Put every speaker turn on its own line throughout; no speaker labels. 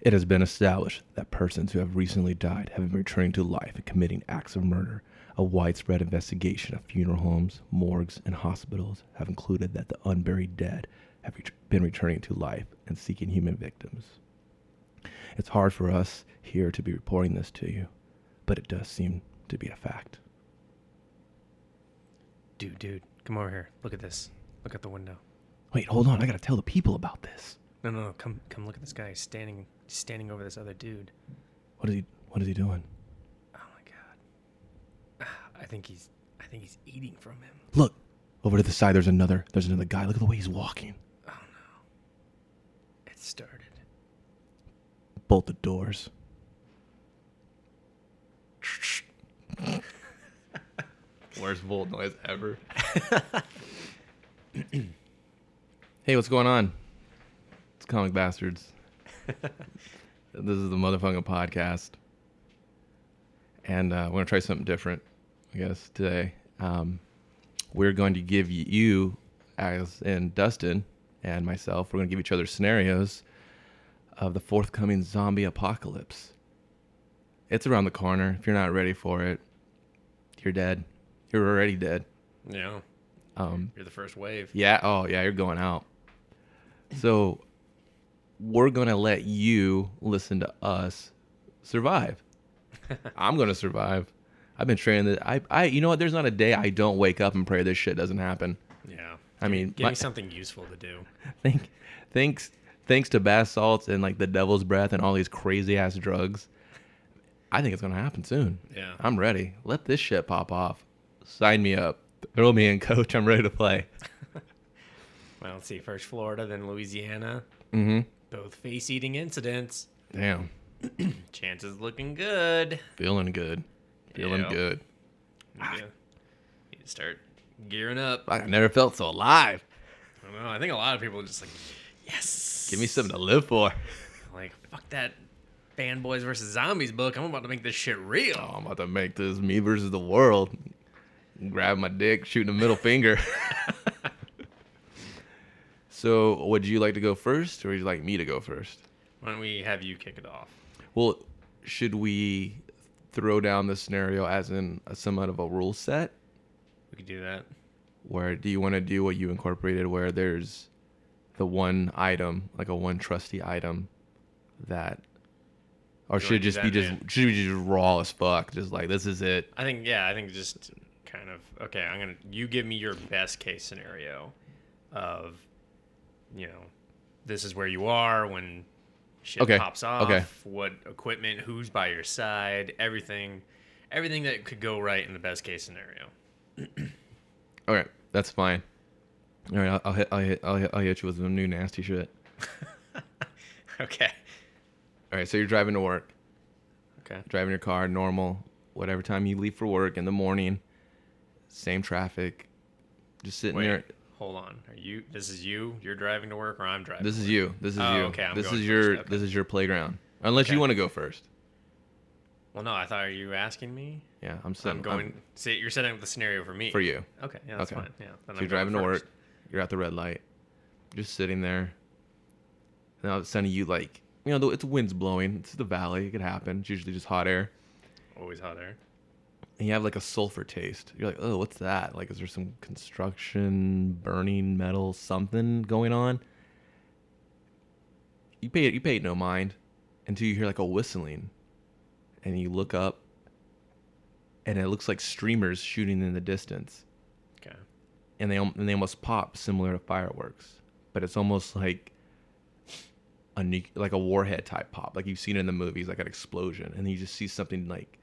It has been established that persons who have recently died have been returning to life and committing acts of murder. A widespread investigation of funeral homes, morgues, and hospitals have concluded that the unburied dead have ret- been returning to life and seeking human victims. It's hard for us here to be reporting this to you, but it does seem to be a fact.
Dude, dude, come over here. Look at this. Look out the window.
Wait, hold on. I gotta tell the people about this.
No, no, no. Come, come. Look at this guy He's standing, standing over this other dude.
What is he? What is he doing?
Oh my god. Ah, I think he's, I think he's eating from him.
Look over to the side. There's another. There's another guy. Look at the way he's walking.
Oh no. It started.
Bolt the doors. Worst bolt noise ever. hey, what's going on? It's Comic Bastards. this is the motherfucking podcast. And uh, we're going to try something different, I guess, today. Um, we're going to give y- you, as in Dustin and myself, we're going to give each other scenarios of the forthcoming zombie apocalypse. It's around the corner. If you're not ready for it, you're dead. You're already dead.
Yeah.
Um,
You're the first wave.
yeah. Oh, yeah. You're going out. So we're going to let you listen to us survive. I'm going to survive. I've been training that. I, I, you know what? There's not a day I don't wake up and pray this shit doesn't happen.
Yeah.
I mean,
Give
my-
me something useful to do.
Thank, thanks, thanks to bath salts and like the devil's breath and all these crazy ass drugs. I think it's gonna happen soon.
Yeah.
I'm ready. Let this shit pop off. Sign me up. Throw me in, coach. I'm ready to play.
Well, let's see. First Florida, then Louisiana.
Mm-hmm.
Both face-eating incidents.
Damn,
Chances looking good.
feeling good. Feeling
Yeah.
good.
Yeah. Need to start gearing up.
I never felt so alive.
I don't know. I think a lot of people are just like, yes.
Give me something to live for.
Like, fuck that fanboys versus zombies book. I'm about to make this shit real.
Oh, I'm about to make this me versus the world. Grab my dick, shooting the middle finger. so, would you like to go first, or would you like me to go first?
Why don't we have you kick it off?
Well, should we throw down the scenario as in a, somewhat of a rule set?
We could do that.
Where do you want to do what you incorporated, where there's the one item, like a one trusty item that, or
Do you wanna
should it
do
just
that,
be just
man?
should we just raw as fuck, just like this is it?
I think, yeah, I think just kind of, okay, I'm going to, you give me your best case scenario of, you know, this is where you are when shit
Okay,
pops off,
okay.
what equipment, who's by your side, everything, everything that could go right in the best case scenario.
All right, that's fine. All right, I'll, I'll hit, I'll hit, I'll hit, I'll hit you with some new nasty shit.
Okay.
All right, so you're driving to work.
Okay.
driving your car normal whatever time you leave for work in the morning same traffic just sitting
Wait,
there
hold on. Are you? This is you. You're driving to work, or I'm driving.
this is you this is
Oh,
you
okay, I'm
this
going
is your
first, okay.
this is your playground unless
Okay.
you want to go first
well, no, I thought are you asking me?
yeah i'm
I'm,
setting,
going. see, you're setting up the scenario for me.
for you
Okay. Yeah, that's
Okay.
fine. Yeah. then
so
I'm
you're driving to
going
work
first.
you're at the red light just sitting there and i'm sending you like you know the, it's winds blowing it's the valley it could happen it's usually just hot air
Always hot air.
and you have like a sulfur taste. You're like, oh, what's that? Like, is there some construction, burning metal, something going on? You pay it, you pay it no mind until you hear like a whistling, and you look up, and it looks like streamers shooting in the distance,
Okay.
and they al- and they almost pop similar to fireworks, but it's almost like a nu- like a warhead type pop, like you've seen in the movies, like an explosion, and then you just see something like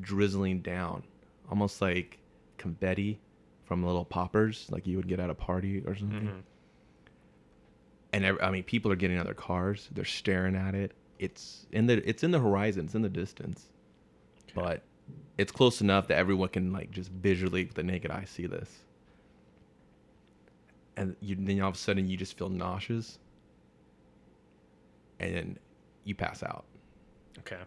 drizzling down, almost like confetti from little poppers, like you would get at a party or something.
Mhm.
And ev- I mean, people are getting out of their cars, they're staring at it. It's in the it's in the horizon, it's in the distance, but it's close enough that everyone can like just visually with the naked eye see this. And you, then all of a sudden you just feel nauseous, and then you pass out.
Okay.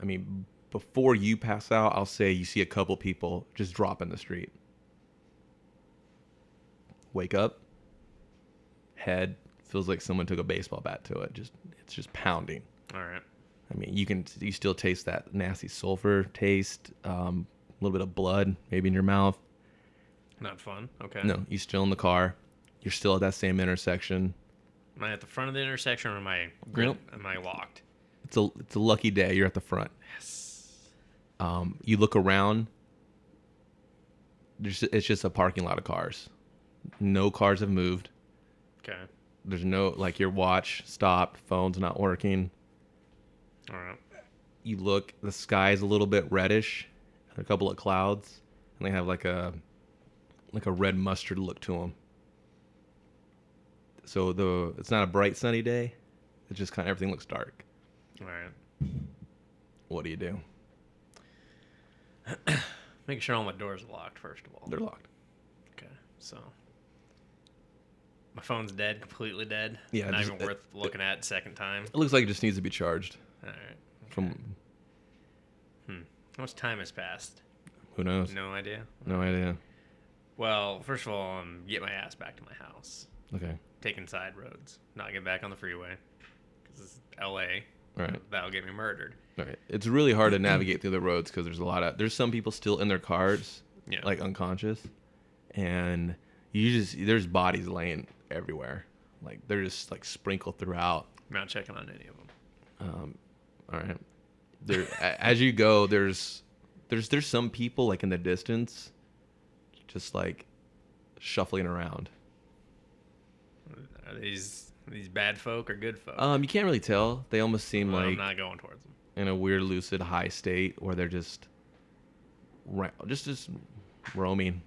I mean, before you pass out, I'll say you see a couple people just drop in the street. Wake up. Head feels like someone took a baseball bat to it. Just it's just pounding.
All right.
I mean, you can you still taste that nasty sulfur taste, um, a little bit of blood maybe in your mouth.
Not fun. Okay.
No, you're still in the car. You're still at that same intersection.
Am I at the front of the intersection or am I
Nope.
am I locked?
It's a it's a lucky day. You're at the front.
Yes.
Um, you look around. There's it's just a parking lot of cars. No cars have moved.
Okay.
There's no like your watch stopped. Phone's not working.
All right.
you look, the sky's a little bit reddish, and a couple of clouds, and they have like a like a red mustard look to them. So the it's not a bright sunny day. It's just kind of everything looks dark.
All right.
What do you do?
Make sure all my doors are locked first of all.
They're locked.
Okay. So my phone's dead, completely dead.
Yeah,
Not
just-
even worth looking at second time.
It looks like it just needs to be charged
All right.
from
How much time has passed?
who knows.
No idea.
No idea.
Well, first of all, um, get my ass back to my house.
Okay.
Taking side roads, not get back on the freeway, because it's L.A.
All right.
That'll get me murdered.
All right. It's really hard to navigate through the roads because there's a lot of there's some people still in their cars,
Yeah.
like unconscious, and you just there's bodies laying everywhere, like they're just like sprinkled throughout. Um,
I'm not checking on any of them.
All right. There, a- as you go, there's there's there's some people like in the distance, just like shuffling around.
Are these these bad folk or good folk?
Um, you can't really tell. They almost seem
Well, I'm
like
not going towards them.
in a weird lucid high state where they're just ra- just just roaming.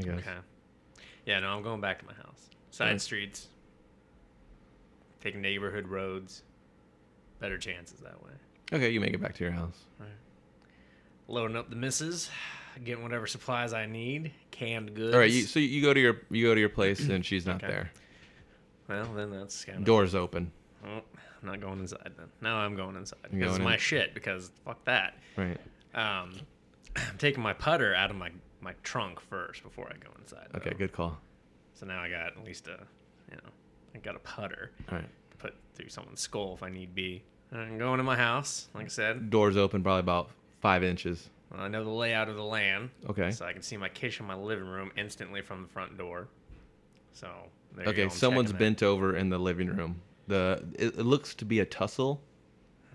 I guess.
Okay. Yeah, no, I'm going back to my house. Side
Mm.
streets. Take neighborhood roads. Better chances that way.
Okay, you make it back to your house.
Loading up the misses, getting whatever supplies I need, canned goods.
All right, you, so you go to your you go to your place and she's not
Okay.
there.
well, then that's kind of.
Doors open.
Oh, I'm not going inside then. No, I'm going inside.
You're
This is
going
my
in.
shit because fuck that.
Right.
Um, I'm taking my putter out of my, my trunk first before I go inside.
Okay.
though.
Good call.
So now I got at least a, you know, I got a putter
All right.
to put through someone's skull if I need be. And I'm going to my house, like I said.
Doors open probably about five inches.
I know the layout of the land.
Okay.
So I can see my kitchen, my living room instantly from the front door. So there you go.
Okay.
I'm
Someone's
checking that.
bent over in the living room. The it, it looks to be a tussle.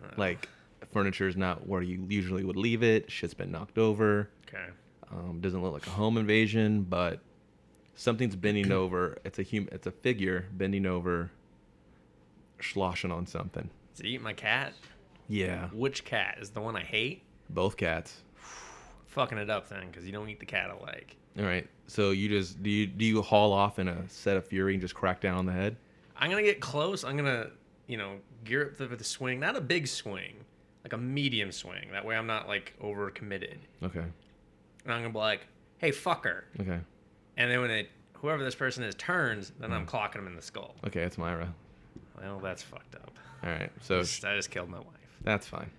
Uh.
Like furniture's not where you usually would leave it. Shit's been knocked over.
Okay.
Um, doesn't look like a home invasion, but something's bending over. It's a human. It's a figure bending over, sloshing on something.
Does it eat my cat?
Yeah.
Which cat is the one I hate?
Both cats.
Fucking it up then, because you don't eat the cat I like.
All right. So you just do you do you haul off in a set of fury and just crack down on the head?
I'm gonna get close. I'm gonna, you know, gear up the, the swing. Not a big swing, like a medium swing. That way I'm not like overcommitted.
Okay.
And I'm gonna be like, "Hey, fucker!"
Okay.
And then when it, whoever this person is turns, then
Hmm.
I'm clocking him in the skull.
Okay, it's Myra.
Well, that's fucked up.
All right. So
I just killed my wife.
that's fine.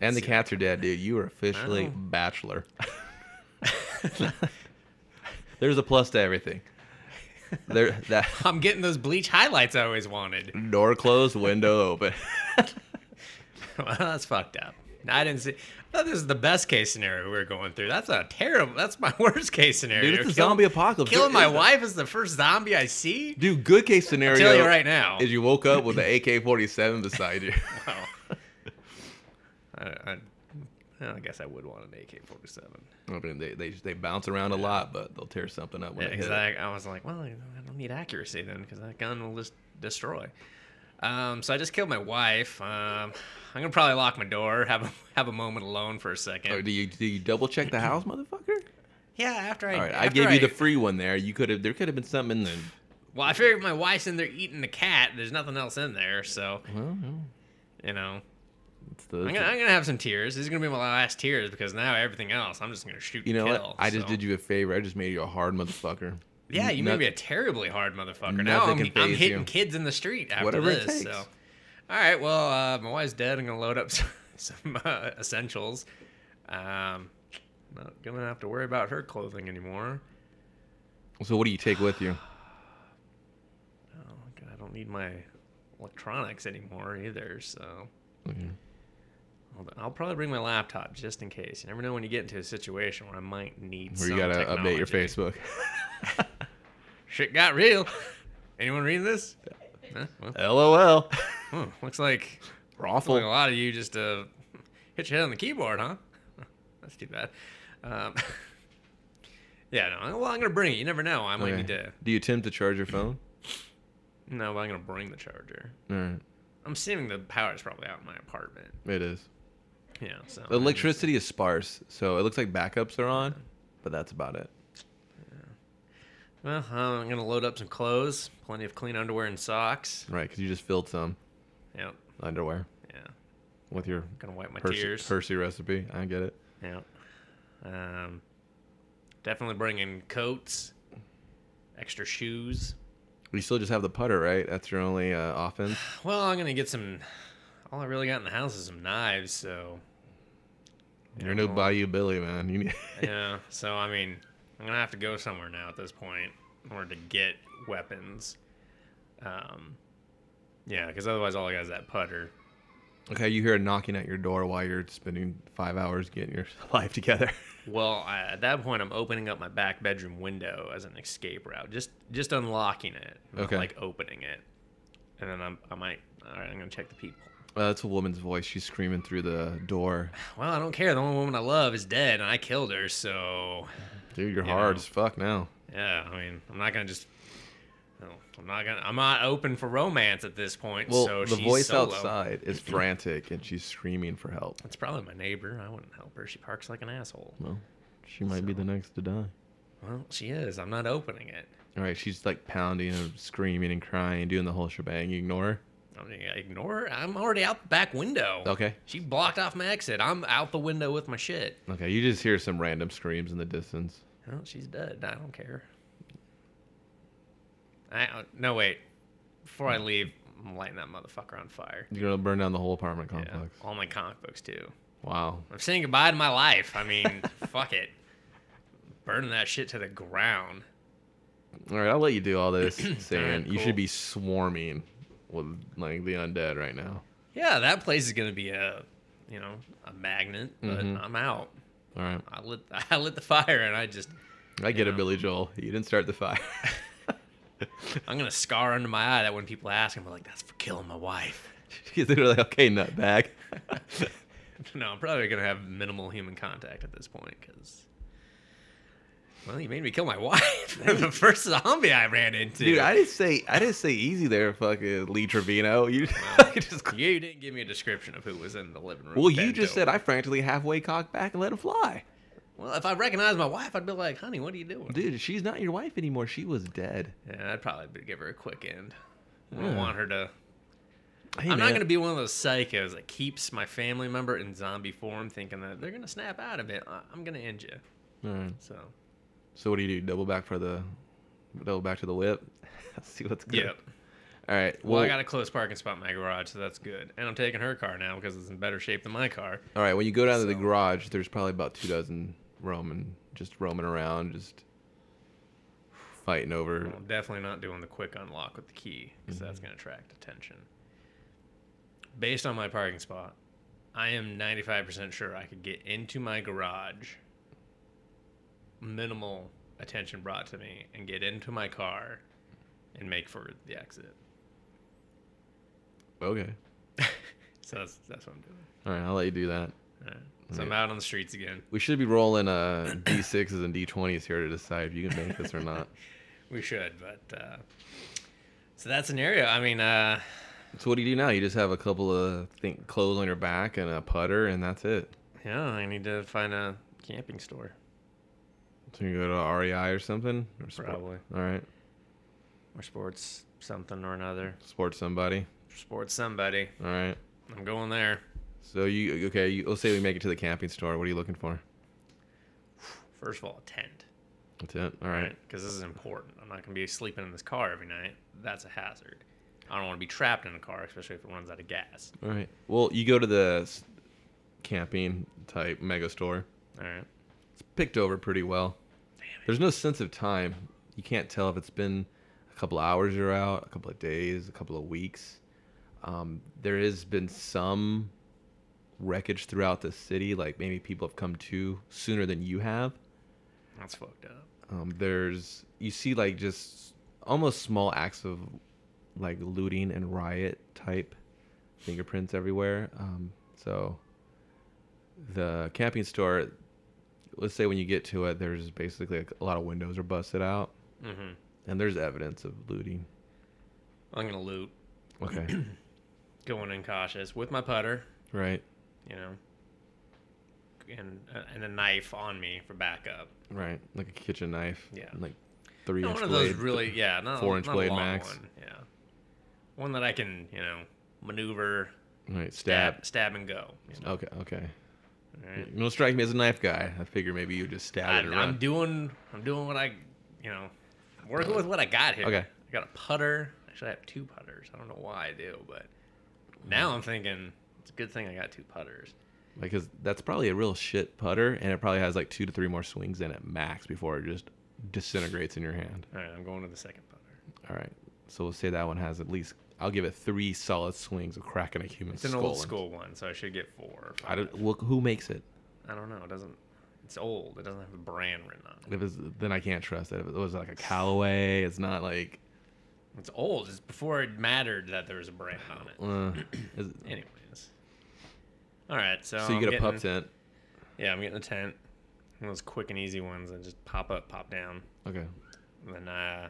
And the cats are dead, dude. You are officially
Wow.
bachelor. There's a plus to everything. There that
I'm getting those bleach highlights I always wanted.
door closed, window open.
well, that's fucked up. I didn't see. I thought this was the best case scenario we were going through. That's a terrible. That's my worst case scenario.
Dude, it's a
Kill-
zombie apocalypse.
Killing
Dude,
my
it's a-
wife is the first zombie I see.
Dude, good case scenario
tell you right now.
is you woke up with an AK-47 beside you.
Wow. I, I, well, I guess I would want an AK forty seven.
I mean, they, they they bounce around a lot, but they'll tear something up when they hit it.
Exactly. I was like, well, I don't need accuracy then, because that gun will just destroy. Um, so I just killed my wife. Um, I'm gonna probably lock my door, have a, have a moment alone for a second.
Oh, do you do you double check the house, motherfucker?
yeah, after I,
All right, I
after
gave you the free one there. You could have there could have been something in the
well, I figured my wife's in there eating the cat. There's nothing else in there, so
well, no,
you know,
it's the,
I'm gonna, I'm gonna have some tears. This is gonna be my last tears because now everything else, I'm just gonna shoot.
you know
and kill,
what? I just
so.
did you a favor. I just made you a hard motherfucker.
Yeah, you
Not-
may be a terribly hard motherfucker. Now
Nothing
I'm,
can
I'm
faze
hitting
you.
kids in the street after
Whatever it
this. So,
takes.
all right, well, uh, my wife's dead. I'm gonna load up some, some uh, essentials. Um, not gonna have to worry about her clothing anymore.
So what do you take with you?
Oh, God, I don't need my electronics anymore either. So
Okay.
Hold on. I'll probably bring my laptop just in case. You never know when you get into a situation where I might need.
Where you
some
gotta update your
technology.
Facebook.
Shit got real. Anyone reading this? Huh? Well,
LOL.
huh, Looks like looks like a
Awful.
lot of you just uh, hit your head on the keyboard, huh? That's too bad. Um, yeah, no. Well, I'm gonna bring it. You never know. I might
Okay.
need to.
Do you attempt to charge your phone?
No, but I'm gonna bring the charger.
All right.
I'm assuming the power's probably out in my apartment.
It is.
Yeah. So
The electricity is sparse, so it looks like backups are on, but that's about it.
Well, Uh-huh, I'm gonna load up some clothes. Plenty of clean underwear and socks.
Right, because you just filled some
Yep.
underwear
Yeah.
with your
Gonna wipe my
Hershey,
tears.
Hershey recipe. I get it.
Yeah. Um, definitely bringing coats, extra shoes.
You still just have the putter, right? That's your only uh, offense.
Well, I'm gonna get some. All I really got in the house is some knives. So
You're no
well,
Bayou Billy, man. You need
Yeah. So I mean, I'm gonna have to go somewhere now at this point in order to get weapons. Um, yeah, because otherwise all I got is that putter.
okay. You hear a knocking at your door while you're spending five hours getting your life together.
Well, I, at that point, I'm opening up my back bedroom window as an escape route, just just unlocking it, not
Okay.
like opening it, and then I'm I might all right, I'm gonna check the people.
Uh, that's a woman's voice. She's screaming through the door.
Well, I don't care. The only woman I love is dead, and I killed her, so
Dude, you're
You
hard
know.
as fuck now.
yeah. I mean, I'm not gonna just. No, I'm not gonna. I'm not open for romance at this point.
Well,
so
the
she's
voice
solo.
outside is frantic and she's screaming for help.
That's probably my neighbor. I wouldn't help her. She parks like an asshole.
Well, she might be the next to die.
Well, she is. I'm not opening it.
All right, she's like pounding and screaming and crying, doing the whole shebang. You ignore her.
I mean, I ignore her. I'm already out the back window.
Okay.
She blocked off my exit. I'm out the window with my shit.
Okay, you just hear some random screams in the distance.
Well, she's dead. I don't care. I don't- no wait. Before I leave, I'm lighting that motherfucker on fire.
You're gonna burn down the whole apartment
Yeah,
complex.
all my comic books too.
Wow.
I'm saying goodbye to my life. I mean, fuck it. Burning that shit to the ground.
All right, I'll let you do all this, Sam. You
cool.
should be swarming with like the undead right now.
Yeah, that place is gonna be a, you know, a magnet. But
Mhm.
I'm out.
All right,
I lit, I lit the fire, and I just,
I get
Yeah.
it, Billy Joel. You didn't start the fire.
I'm gonna scar under my eye that when people ask, I'm like, that's for killing my wife.
She's literally like, okay, nutbag.
no, I'm probably gonna have minimal human contact at this point because, well, you made me kill my wife. the first zombie I ran into.
Dude, I didn't say I didn't say easy there, fucking Lee Trevino. You just
you didn't give me a description of who was in the living room.
well, you
bent
just said
over.
I frantically halfway cocked back and let him fly.
Well, if I recognized my wife, I'd be like, honey, what are you doing?
Dude, she's not your wife anymore. She was dead.
Yeah, I'd probably give her a quick end. I don't
Yeah.
want her to.
Hey,
I'm not
man,
going to be one of those psychos that keeps my family member in zombie form thinking that they're going to snap out of it. I- I'm going to end you.
All right.
So,
So what do you do? Double back for the double back to the whip. See what's good.
yep.
All right.
Well,
Well,
I got a close parking spot in my garage, so that's good. And I'm taking her car now because it's in better shape than my car.
all right. When you go down to the
So-
garage, there's probably about two dozen roaming, just roaming around, just fighting over.
Well, I'm definitely not doing the quick unlock with the key because that's going to attract attention. Based on my parking spot, I am 95% sure I could get into my garage, minimal attention brought to me, and get into my car and make for the exit.
Okay.
So that's, that's what I'm doing.
All right. I'll let you do that.
All right. So I'm out on the streets again.
We should be rolling uh, d6s and d20s here to decide if you can make this or not.
We should, but uh, so that scenario. I mean, uh,
So what do you do now? You just have a couple of think clothes on your back and a putter, and that's it.
yeah, I need to find a camping store.
So you go to REI or something, or sport-
Probably.
All right,
or sports something or another.
sports somebody.
Sports somebody.
All right.
I'm going there
So you okay? You, let's say we make it to the camping store. What are you looking for?
first of all. A tent,
That's it. All
right?
right.
Because this is important. I'm not gonna be sleeping in this car every night. That's a hazard. I don't want to be trapped in a car, especially if it runs out of gas.
All right. Well, you go to the s- camping type mega store.
All right.
It's picked over pretty well. There's no sense of time. You can't tell if it's been a couple hours you're out, a couple of days, a couple of weeks. Um, there has been some wreckage throughout the city. Like maybe people have come to sooner than you have.
That's fucked up.
Um, there's you see like just almost small acts of like looting and riot type fingerprints everywhere. Um, so the camping store, let's say when you get to it, there's basically like a lot of windows are busted out,
Mm-hmm.
and there's evidence of looting.
I'm gonna loot,
Okay,
going in cautious with my putter,
right,
you know, and uh, and a knife on me for backup.
right, like a kitchen knife.
Yeah.
like three
Not
inch
one of those
blade.
really, yeah, not
four-inch
not a
blade
long
max.
One. Yeah, one that I can, you know, maneuver,
right stab.
stab, stab and go. You know?
Okay, okay.
all right?
You don't strike me as a knife guy. I figure maybe you just stab it
I'm,
around.
I'm doing I'm doing what I you know working with what I got here.
Okay.
I got a putter. Actually, I have two putters. I don't know why I do, but now I'm thinking it's a good thing I got two putters.
because that's probably a real shit putter, and it probably has like two to three more swings in it max before it just disintegrates in your hand.
All right, I'm going to the second putter.
All right, so we'll say that one has at least. I'll give it three solid swings of cracking a human
It's an
skull.
old
in.
school one, so I should get four. Or
I
five.
don't. Well, who makes it?
I don't know. It doesn't. It's old. It doesn't have a brand written on it.
If it's, then I can't trust it. If it was like a Callaway, it's not like.
It's old. It's before it mattered that there was a brand on it.
Uh, is-
Anyways. All right, so
so you
I'm
get a pup
getting-
tent.
Yeah, I'm getting a tent. One of those quick and easy ones that just pop up, pop down.
Okay.
And then uh,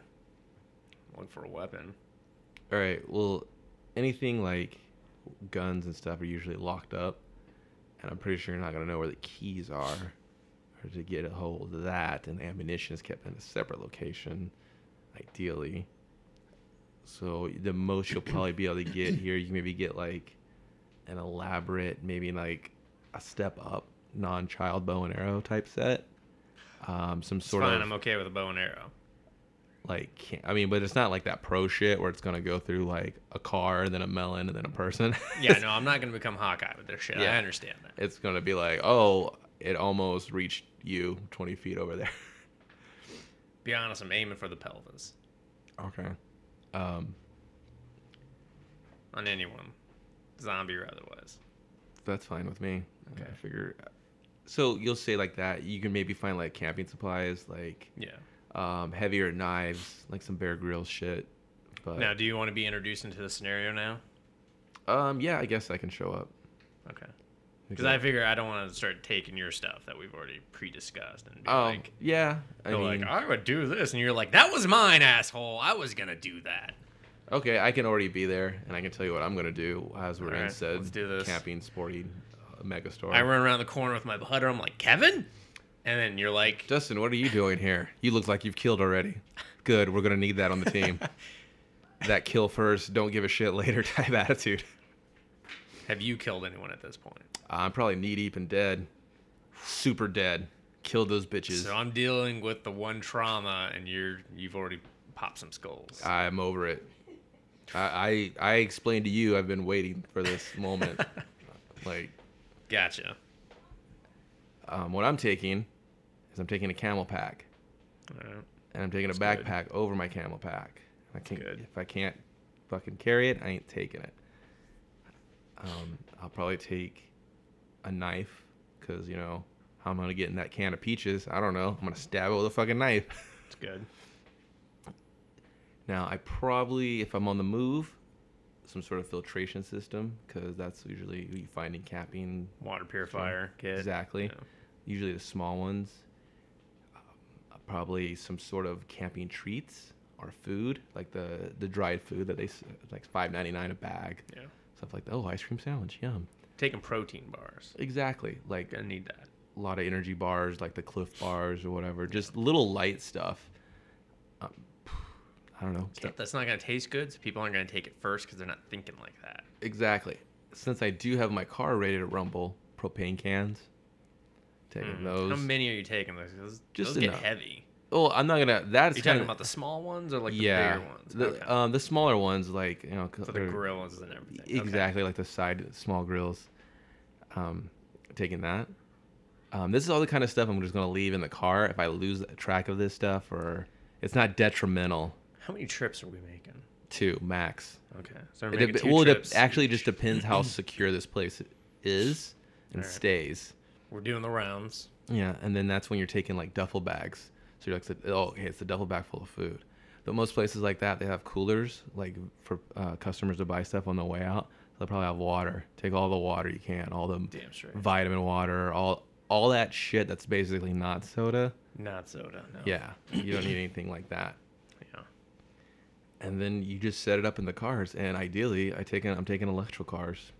look for a weapon.
All right. Well, anything like guns and stuff are usually locked up, and I'm pretty sure you're not gonna know where the keys are, or to get a hold of that. And ammunition is kept in a separate location, ideally. So the most you'll probably be able to get here, you can maybe get like an elaborate, maybe like a step up non-child bow and arrow type set. Um, some
It's
sort
fine.
of
I'm okay with a bow and arrow.
like can't, I mean, but it's not like that pro shit where it's gonna go through like a car and then a melon and then a person.
Yeah, no, I'm not gonna become Hawkeye with this shit.
Yeah.
I understand that.
it's gonna be like, oh, it almost reached you twenty feet over there.
Be honest, I'm aiming for the pelvis
Okay. Um,
on anyone, zombie or otherwise.
that's fine with me.
Okay.
I figure. uh, So you'll say like that. You can maybe find like camping supplies, like
Yeah.
um, heavier knives, like some Bear grill shit. But
Now, do you want to be introduced into the scenario now?
um, yeah, I guess I can show up.
Okay. Because I figure I don't want to start taking your stuff that we've already pre-discussed and be
Oh
like,
yeah, I
they're
mean,
like, I would do this, and you're like, that was mine, asshole. I was gonna do that.
Okay, I can already be there, and I can tell you what I'm gonna do as we're
All
in
right,
said
let's do this.
camping sporting uh, mega store.
I run around the corner with my putter. I'm like, Kevin, and then you're like,
Dustin, what are you doing here? You look like you've killed already. Good, we're gonna need that on the team. that kill first, don't give a shit later type attitude.
Have you killed anyone at this point?
I'm probably knee deep and dead, super dead. Killed those bitches.
So I'm dealing with the one trauma, and you're you've already popped some skulls.
I'm over it. I, I I explained to you I've been waiting for this moment. like
Gotcha.
um, what I'm taking is I'm taking a camel pack.
All right.
and I'm taking a
That's good.
backpack over my camel pack. I can't,
Good.
If I can't fucking carry it, I ain't taking it. Um, I'll probably take a knife because you know how I'm gonna get in that can of peaches. I don't know. I'm gonna stab it with a fucking knife.
It's good.
Now I probably, if I'm on the move, some sort of filtration system because that's usually what you find in camping.
Water purifier kit.
Exactly.
Yeah.
Usually the small ones. Um, probably some sort of camping treats or food, like the the dried food that they s- like five ninety nine a bag,
yeah.
stuff like that. Oh, ice cream sandwich, yum.
Taking protein bars.
Exactly, like
Gonna need that.
a lot of energy bars, like the Cliff bars or whatever, just little light stuff. Um, I don't know.
Stuff that's not gonna taste good, so people aren't gonna take it first because they're not thinking like that.
Exactly. Since I do have my car ready to rumble, propane cans, taking
Mm.
those.
How many are you taking? Those, those,
Just
those get
enough.
heavy.
oh, I'm not gonna. That's
Are you
kinda-
talking about the small ones or like the
yeah,
bigger ones?
The,
okay.
um, the smaller ones, like you know, 'cause
so the
they're-
grill ones and everything. Okay.
exactly like the side small grills. Um, taking that. Um, this is all the kind of stuff I'm just gonna leave in the car if I lose track of this stuff or it's not detrimental.
How many trips are we making?
two max.
Okay. So we're
It
making
dep-
two
well, it dep-
trips.
actually just depends how secure this place is and
Alright.
stays.
We're doing the rounds.
Yeah, and then that's when you're taking like duffel bags. So you're like, oh, okay, it's the duffel bag full of food. But most places like that, they have coolers like for uh, customers to buy stuff on the way out. They'll probably have water. Take all the water you can, all the
Damn straight.
vitamin water, all all that shit that's basically not soda.
Not soda. No.
Yeah, you don't need anything like that.
Yeah.
And then you just set it up in the cars. And ideally, I take I'm taking electrical cars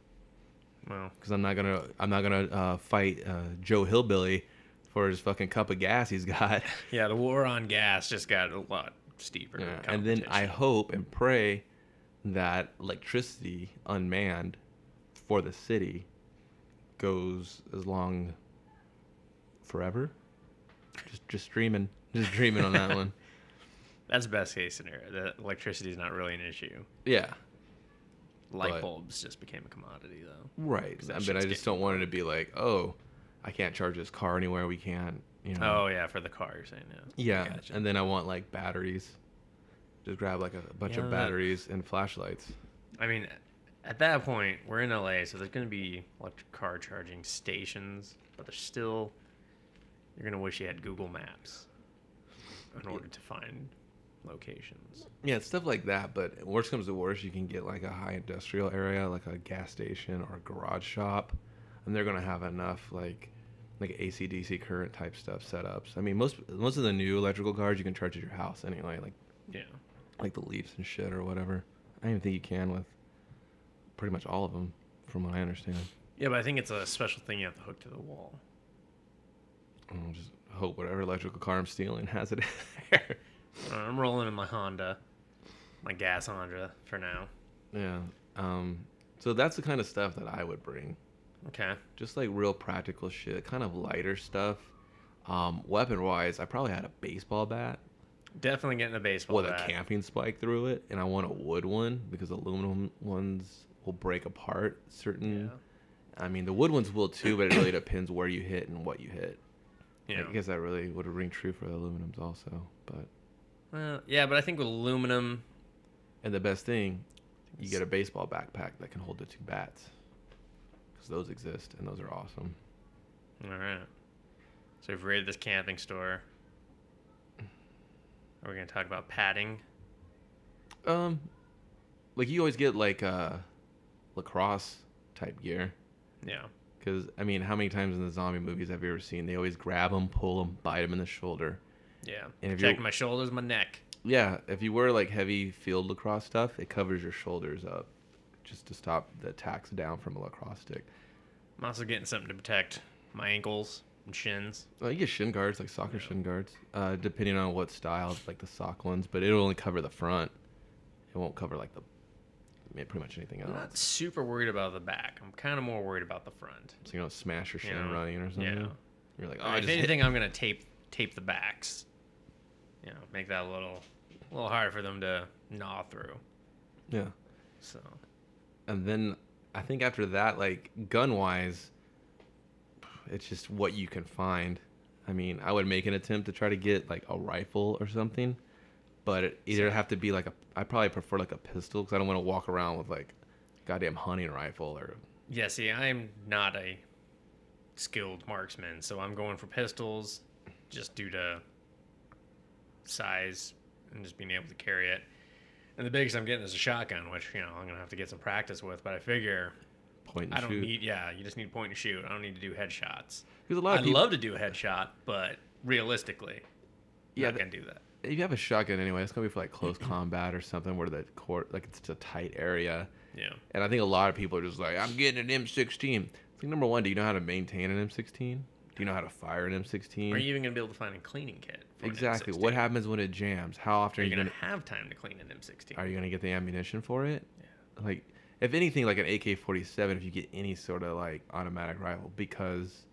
Well,
because I'm not gonna I'm not gonna uh, fight uh, Joe Hillbilly for his fucking cup of gas he's got.
yeah. The war on gas just got a lot steeper.
Yeah, and then I
competition.
hope and pray that electricity unmanned for the city goes as long forever. Just just dreaming, just dreaming on that one.
that's best case scenario. The electricity is not really an issue.
Yeah,
Light
But-
bulbs just became a commodity though.
right.
'Cause that
But I
shit's
just
getting
don't want it to be like, oh, I can't charge this car anywhere. We can't, you know.
Oh yeah, for the car you're saying yeah.
Mm-hmm. yeah,
Gotcha.
and then I want like batteries. Just grab like a bunch
Yeah.
of batteries and flashlights.
I mean, at that point we're in LA, so there's going to be electric car charging stations, but there's still you're going to wish you had Google Maps in order to find locations.
Yeah, it's stuff like that. But worst comes to worst, you can get like a high industrial area, like a gas station or a garage shop, and they're gonna have enough like like AC/DC current type stuff setups. I mean, most most of the new electrical cars you can charge at your house anyway, like
Yeah.
like the Leafs and shit or whatever. I don't even think you can with pretty much all of them, from what I understand.
Yeah, but I think it's a special thing you have to hook to the wall.
I'll Um, just hope whatever electrical car I'm stealing has it. there.
Uh, I'm rolling in my Honda, my gas Honda for now.
yeah. Um, so that's the kind of stuff that I would bring.
Okay.
just like real practical shit, kind of lighter stuff. Um, weapon wise, I probably had a baseball bat
Definitely getting a baseball
with
bat.
a camping spike through it, and I want a wood one because aluminum ones will break apart. Certain,
Yeah.
I mean, the wood ones will too, but it really depends where you hit and what you hit.
Yeah.
I guess that really would ring true for the aluminums also. But
Well, yeah, but I think with aluminum,
and the best thing, you
It's-
get a baseball backpack that can hold the two bats because those exist and those are awesome.
all right. So we've raided this camping store. Are we going to talk about padding?
Um, like you always get like uh, lacrosse type gear.
Yeah.
Because I mean, how many times in the zombie movies have you ever seen they always grab them, pull them, bite them in the shoulder?
Yeah.
And if you're-
Protecting my shoulders, my neck.
Yeah, if you wear like heavy field lacrosse stuff, it covers your shoulders up, just to stop the attacks down from a lacrosse stick.
I'm also getting something to protect my ankles and shins.
Well, Uh, you get shin guards, like soccer shin guards, uh, depending on what style, like the sock ones, but it'll only cover the front. It won't cover like the pretty much anything
I'm
else.
not super worried about the back. I'm kind of more worried about the front.
So you don't smash your shin
Yeah.
running or something.
Yeah.
You're like, oh,
I
I
mean, if
just hit
anything, I'm gonna tape tape the backs. You know, make that a little a little hard for them to gnaw through.
Yeah.
So
And then I think after that, like gun wise, it's just what you can find. I mean, I would make an attempt to try to get like a rifle or something, but it either it'd have to be like a. I probably prefer like a pistol because I don't want to walk around with like goddamn hunting rifle or
yeah, see, I'm not a skilled marksman, so I'm going for pistols, just due to size and just being able to carry it. And the biggest I'm getting is a shotgun, which you know I'm gonna have to get some practice with. But I figure
point and
I don't
shoot.
need yeah, you just need point and shoot. I don't need to do headshots.
Because a lot of
I'd
people,
love to do a headshot, but realistically, yeah,
yeah,
not gonna do that.
if you have a shotgun anyway, it's gonna be for like close combat or something where the court like it's a tight area.
Yeah.
And I think a lot of people are just like, I'm getting an M16. It's like, number one, do you know how to maintain an M16? Do you know how to fire an M16?
Are you even going to be able to find a cleaning kit? for an
exactly.
M16?
What happens when it jams? How often
Are
are
you
you
going
gonna?
to have time to clean an M16?
Are you gonna get the ammunition for it? Like, if anything, like an AK-47, if you get any sort of like automatic rifle, because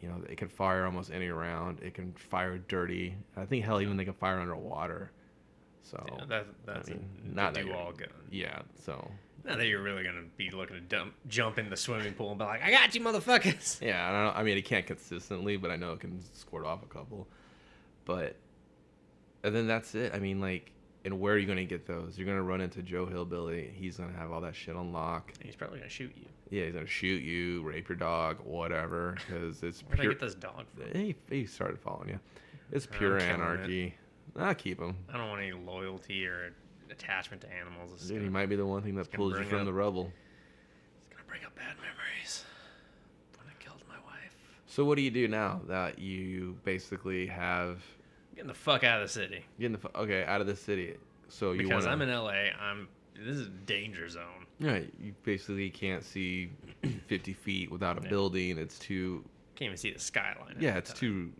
you know it can fire almost any round. It can fire dirty. I think hell, even they can fire underwater. So
Yeah, that, that's
Oh, mean,
a
not that
do
you're-
all gun.
yeah, so
Not that you're really going to be looking to dump, jump in the swimming pool and be like, I got you, motherfuckers.
Yeah, I, don't, I mean, it can't consistently, but I know it can squirt off a couple. But and then that's it. I mean, like And where are you going to get those? You're going to run into Joe Hillbilly. He's going to have all that shit on lock.
And he's probably gonna shoot you.
Yeah, he's going to shoot you, rape your dog, whatever. Because it's
Where'd I
pure.
get this dog from?
He, he started following you. It's
I'm
pure
killing it.
anarchy. I'll keep him.
I don't want any loyalty or attachment to animals. It's
Dude,
gonna,
he might be the one thing that
gonna
pulls you
bring
from
up-
the rubble.
it's gonna bring up bad memories. When I killed my wife.
So what do you do now that you basically have
I'm getting the fuck out of the city
getting the fu- okay out of the city? So you
because
wanna,
I'm in LA. I'm this is a danger zone.
yeah, you basically can't see fifty feet without a
Yeah.
building. It's too
Can't even see the skyline. at
yeah,
the
it's
time.
too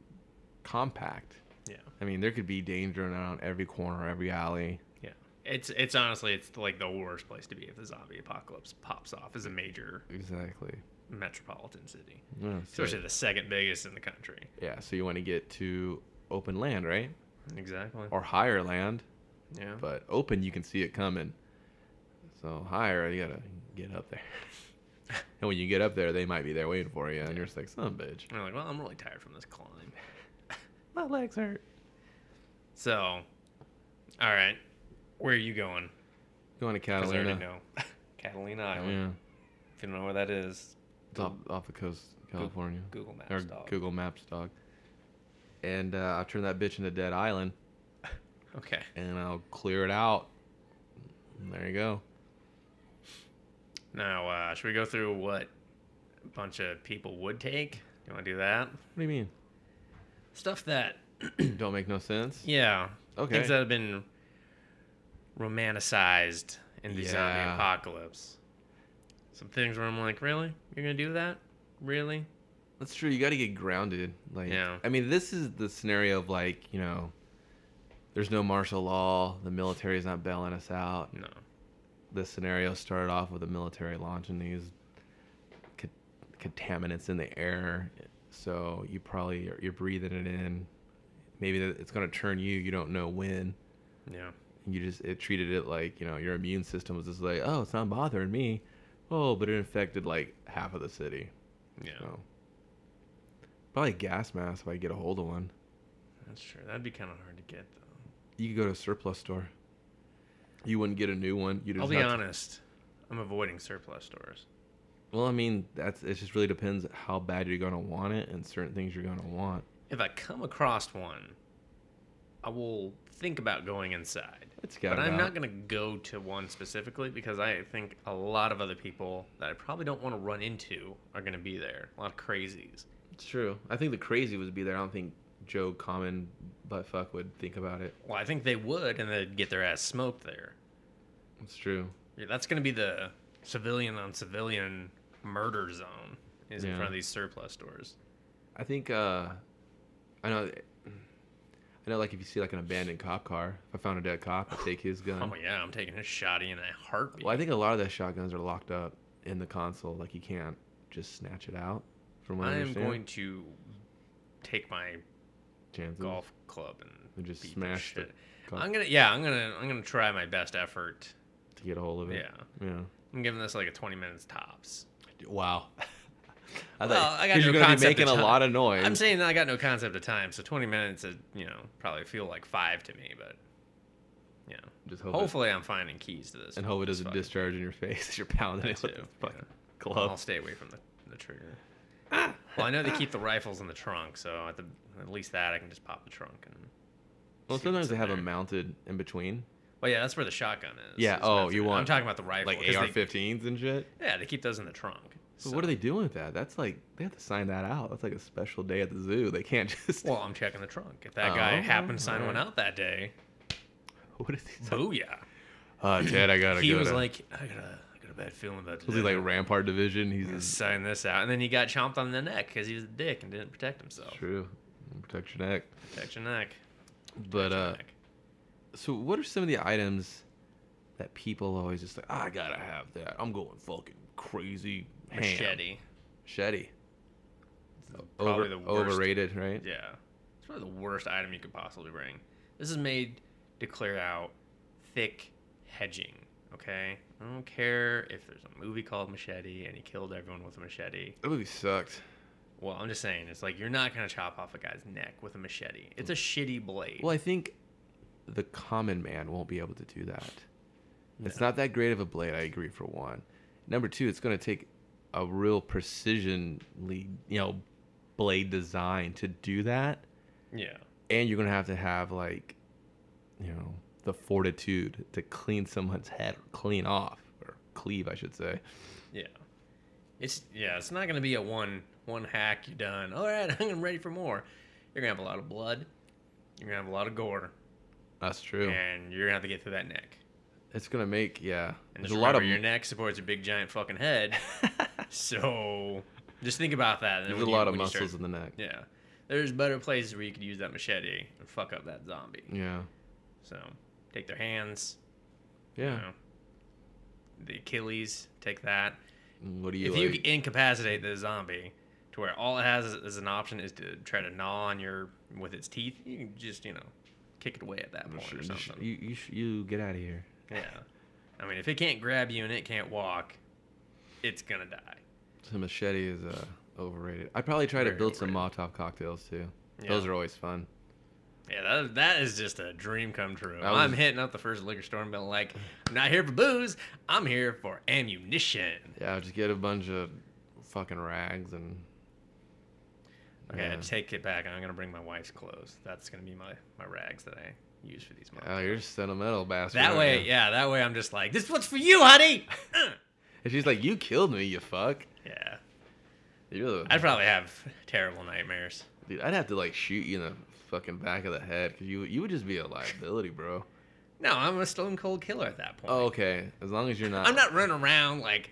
compact.
Yeah,
I mean, there could be danger around every corner, every alley.
yeah. It's it's honestly it's like the worst place to be if the zombie apocalypse pops off as a major
Exactly.
metropolitan city,
Yeah, so-
especially the second biggest in the country.
yeah. So you want to get to open land, right,
Exactly.
or higher land?
Yeah.
But open, you can see it coming. So higher, you gotta get up there. and when you get up there, they might be there waiting for you, and you're just like, "Son, of a bitch,
And I'm like, well, I'm really tired from this climb.
my legs hurt."
So, all right, where are you going?
Going to
'Cause I already
Catalina.
know. Catalina Island.
Yeah,
If you don't know where that is,
it's off, off the coast, of California,
Google Maps.
or
dog.
Google Maps, dog. And uh, I'll turn that bitch into Dead Island,
Okay.
and I'll clear it out. And there you go.
Now, uh, should we go through what a bunch of people would take? You want to do that?
What do you mean?
Stuff that,
Don't make no sense.
yeah,
Okay.
things that have been romanticized in the zombie
Yeah.
apocalypse. Some things where I'm like, really? You're gonna do that? Really?
That's true. You got to get grounded. Like,
Yeah.
I mean, this is the scenario of like, you know, there's no martial law. The military's not bailing us out.
No.
This scenario started off with the military launching these co- contaminants in the air. So you probably you're breathing it in. Maybe that it's gonna turn you. You don't know when.
Yeah.
And you just it treated it like you know your immune system was just like, oh, it's not bothering me. Oh, but it infected like half of the city.
Yeah.
So probably a gas mask if I could get a hold of one.
That's true. That'd be kind of hard to get though.
You could go to a surplus store. You wouldn't get a new one. You
I'll
just
be
have to-
honest. I'm avoiding surplus stores.
Well, I mean, that's it. Just really depends how bad you're gonna want it, and certain things you're gonna want.
If I come across one, I will think about going inside.
It's got.
But I'm not going to go to one specifically because I think a lot of other people that I probably don't want to run into are going to be there. A lot of crazies.
It's true. I think the crazy would be there. I don't think Joe Common butt fuck would think about it.
Well, I think they would, and they'd get their ass smoked there.
It's true.
Yeah, That's going to be the civilian on civilian murder zone is in
Yeah.
front of these surplus stores.
I think. uh I know. I know. Like if you see like an abandoned cop car, if I found a dead cop, I'd take his gun.
Oh yeah, I'm taking a shotty in a heartbeat.
Uh-huh. Well, I think a lot of the shotguns are locked up in the console. Like you can't just snatch it out. From what I,
I am
understand,
going to take my
chances.
golf club and,
And just
beat the
smash the
shit.
golf-
I'm gonna, yeah, I'm gonna, I'm gonna try my best effort.
to get a hold of it.
Yeah.
Yeah.
I'm giving this like a 20 minutes tops.
Wow. I
Well,
thought
I got
because you're
no
going to be
concept
making
of
a
time.
lot of noise.
I'm saying that I got no concept of time, so 20 minutes, is, you know, probably feel like five to me, but you know,
just hope hopefully,
hopefully I'm finding keys to this.
and hope it doesn't
fucking-
discharge in your face as you're pounding it
That
with
too,
the fucking
I'll
club.
stay away from the, the trigger. well, I know they keep the rifles in the trunk, so at the at least that I can just pop the trunk and.
Well,
see what's
sometimes they
in
have
there.
them mounted in between,
Well, yeah, that's where the shotgun is.
Yeah,
is what I'm
oh, you
saying. I'm
want,
talking about the rifle,
like
'cause they-
AR-15s and shit.
yeah, they keep those in the trunk.
So what are they doing with that? That's like they have to sign that out. That's like a special day at the zoo. They can't just.
Well, I'm checking the trunk. If that guy
Oh,
happened to sign
alright.
one out that day,
what is he?
booyah.
Uh, Ted, I gotta
He
go.
was
to-
like, I got a, I got a bad feeling about this.
was he like Rampart Division? He's
Just
just
sign this out. And then he got chomped on the neck because he was a dick and didn't protect himself.
True. Protect your neck.
Protect your neck.
But
Protect your
uh
neck.
so what are some of the items that people always just like, I gotta have that. I'm going fucking crazy. ham."
machete.
Machete.
Probably
Over,
the worst.
overrated, right?
Yeah. It's probably the worst item you could possibly bring. This is made to clear out thick hedging, okay? I don't care if there's a movie called Machete and he killed everyone with a machete.
That movie sucked.
Well, I'm just saying, it's like you're not going to chop off a guy's neck with a machete. It's a shitty blade.
Well, I think the common man won't be able to do that. It's not that great of a blade, I agree for one. Number two, it's going to take a real precisionly, you know, blade design to do that,
Yeah.
and you're going to have to have like, you know, the fortitude to clean someone's head or clean off or cleave, I should say.
Yeah. It's yeah, it's not gonna be a one one hack, you're done. All right, I'm ready for more. You're gonna have a lot of blood. You're gonna have a lot of gore.
That's true.
And you're gonna have to get through that neck.
It's going to make yeah.
And
There's
just
a lot of
your neck supports a big giant fucking head. so just think about that. and
there's a
when you-
lot of
when you
muscles
start-
in the neck.
yeah. There's better places where you could use that machete and fuck up that zombie.
Yeah.
So take their hands. you
Yeah.
know, the Achilles, take that.
What do you
if you
like?
incapacitate the zombie to where all it has as, as an option is to try to gnaw on your with its teeth, you can just you know kick it away at that point or
You sh-
something.
you, you, sh- you get out of here.
yeah, I mean if it can't grab you and it can't walk, it's gonna die.
The machete is uh, overrated. I probably try to
Very
build some Molotov cocktails too. Those
Yeah.
are always fun.
Yeah, that, that is just a dream come true.
That was-
I'm hitting up the first liquor store and being like, I'm not here for booze. I'm here for ammunition.
Yeah, I'll just get a bunch of fucking rags and.
Okay, I
Yeah.
take it back. I'm gonna bring my wife's clothes. That's gonna be my, my rags that I use for these months.
Oh, you're a sentimental bastard.
That
aren't
way,
you?
yeah, that way I'm just like, this one's for you, honey.
And she's like, "You killed me, you fuck."
yeah.
You're the,
I'd probably have terrible nightmares.
dude, I'd have to like shoot you in the fucking back of the head because you you would just be a liability, bro.
No, I'm a stone cold killer at that point.
Oh, okay. As long as you're not.
I'm not running around like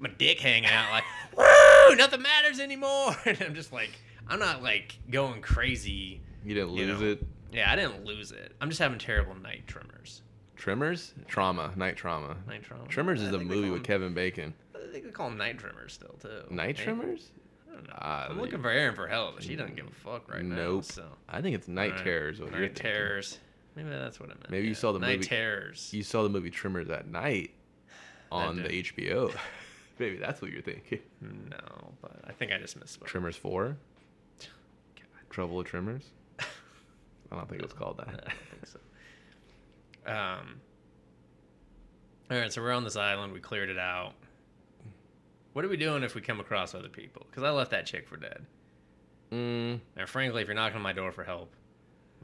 my dick hanging out like, woo, nothing matters anymore. And I'm just like, I'm not like going crazy.
You didn't
you
lose
know.
it.
Yeah, I didn't lose it. I'm just having terrible night tremors.
Tremors, trauma, night trauma.
Night trauma.
Tremors
I
is a
think they
movie
call
with
them-
Kevin Bacon.
I think they call them night tremors still too.
Night
Hey,
tremors?
I don't know.
Ah,
I'm
the-
looking for Aaron for help, but she doesn't give a fuck right now.
Nope.
So.
I think it's night
Alright.
terrors. What
Night
you're thinking.
terrors. Maybe that's what I meant.
Maybe you saw the
night
movie-
terrors.
You saw the movie Tremors at night on the
did.
HBO. Maybe that's what you're thinking.
No, but I think I just misspoke.
Tremors Four,
God,
Trouble with Tremors. I don't think it was called
I don't
that.
think so. Um. All right, so we're on this island. We cleared it out. What are we doing if we come across other people? Because I left that chick for dead.
Mm,
And frankly, if you're knocking on my door for help,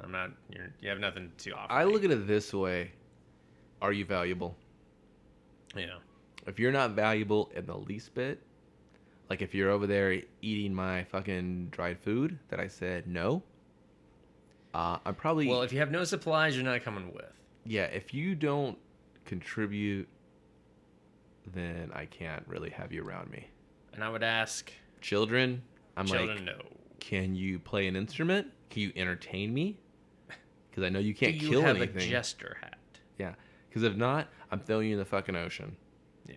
I'm not. You're, you have nothing to offer.
I look at it this way: Are you valuable?
You know.
If you're not valuable in the least bit, like if you're over there eating my fucking dried food that I said no, uh, I'm probably
Well, if you have no supplies, you're not coming with.
yeah. If you don't contribute, then I can't really have you around me.
And I would ask
Children, I'm like.
children, no.
can you play an instrument? Can you entertain me? Because I know you can't
Do you
kill
have a
anything.
jester hat?
yeah. Because if not, I'm throwing you in the fucking ocean.
Yeah.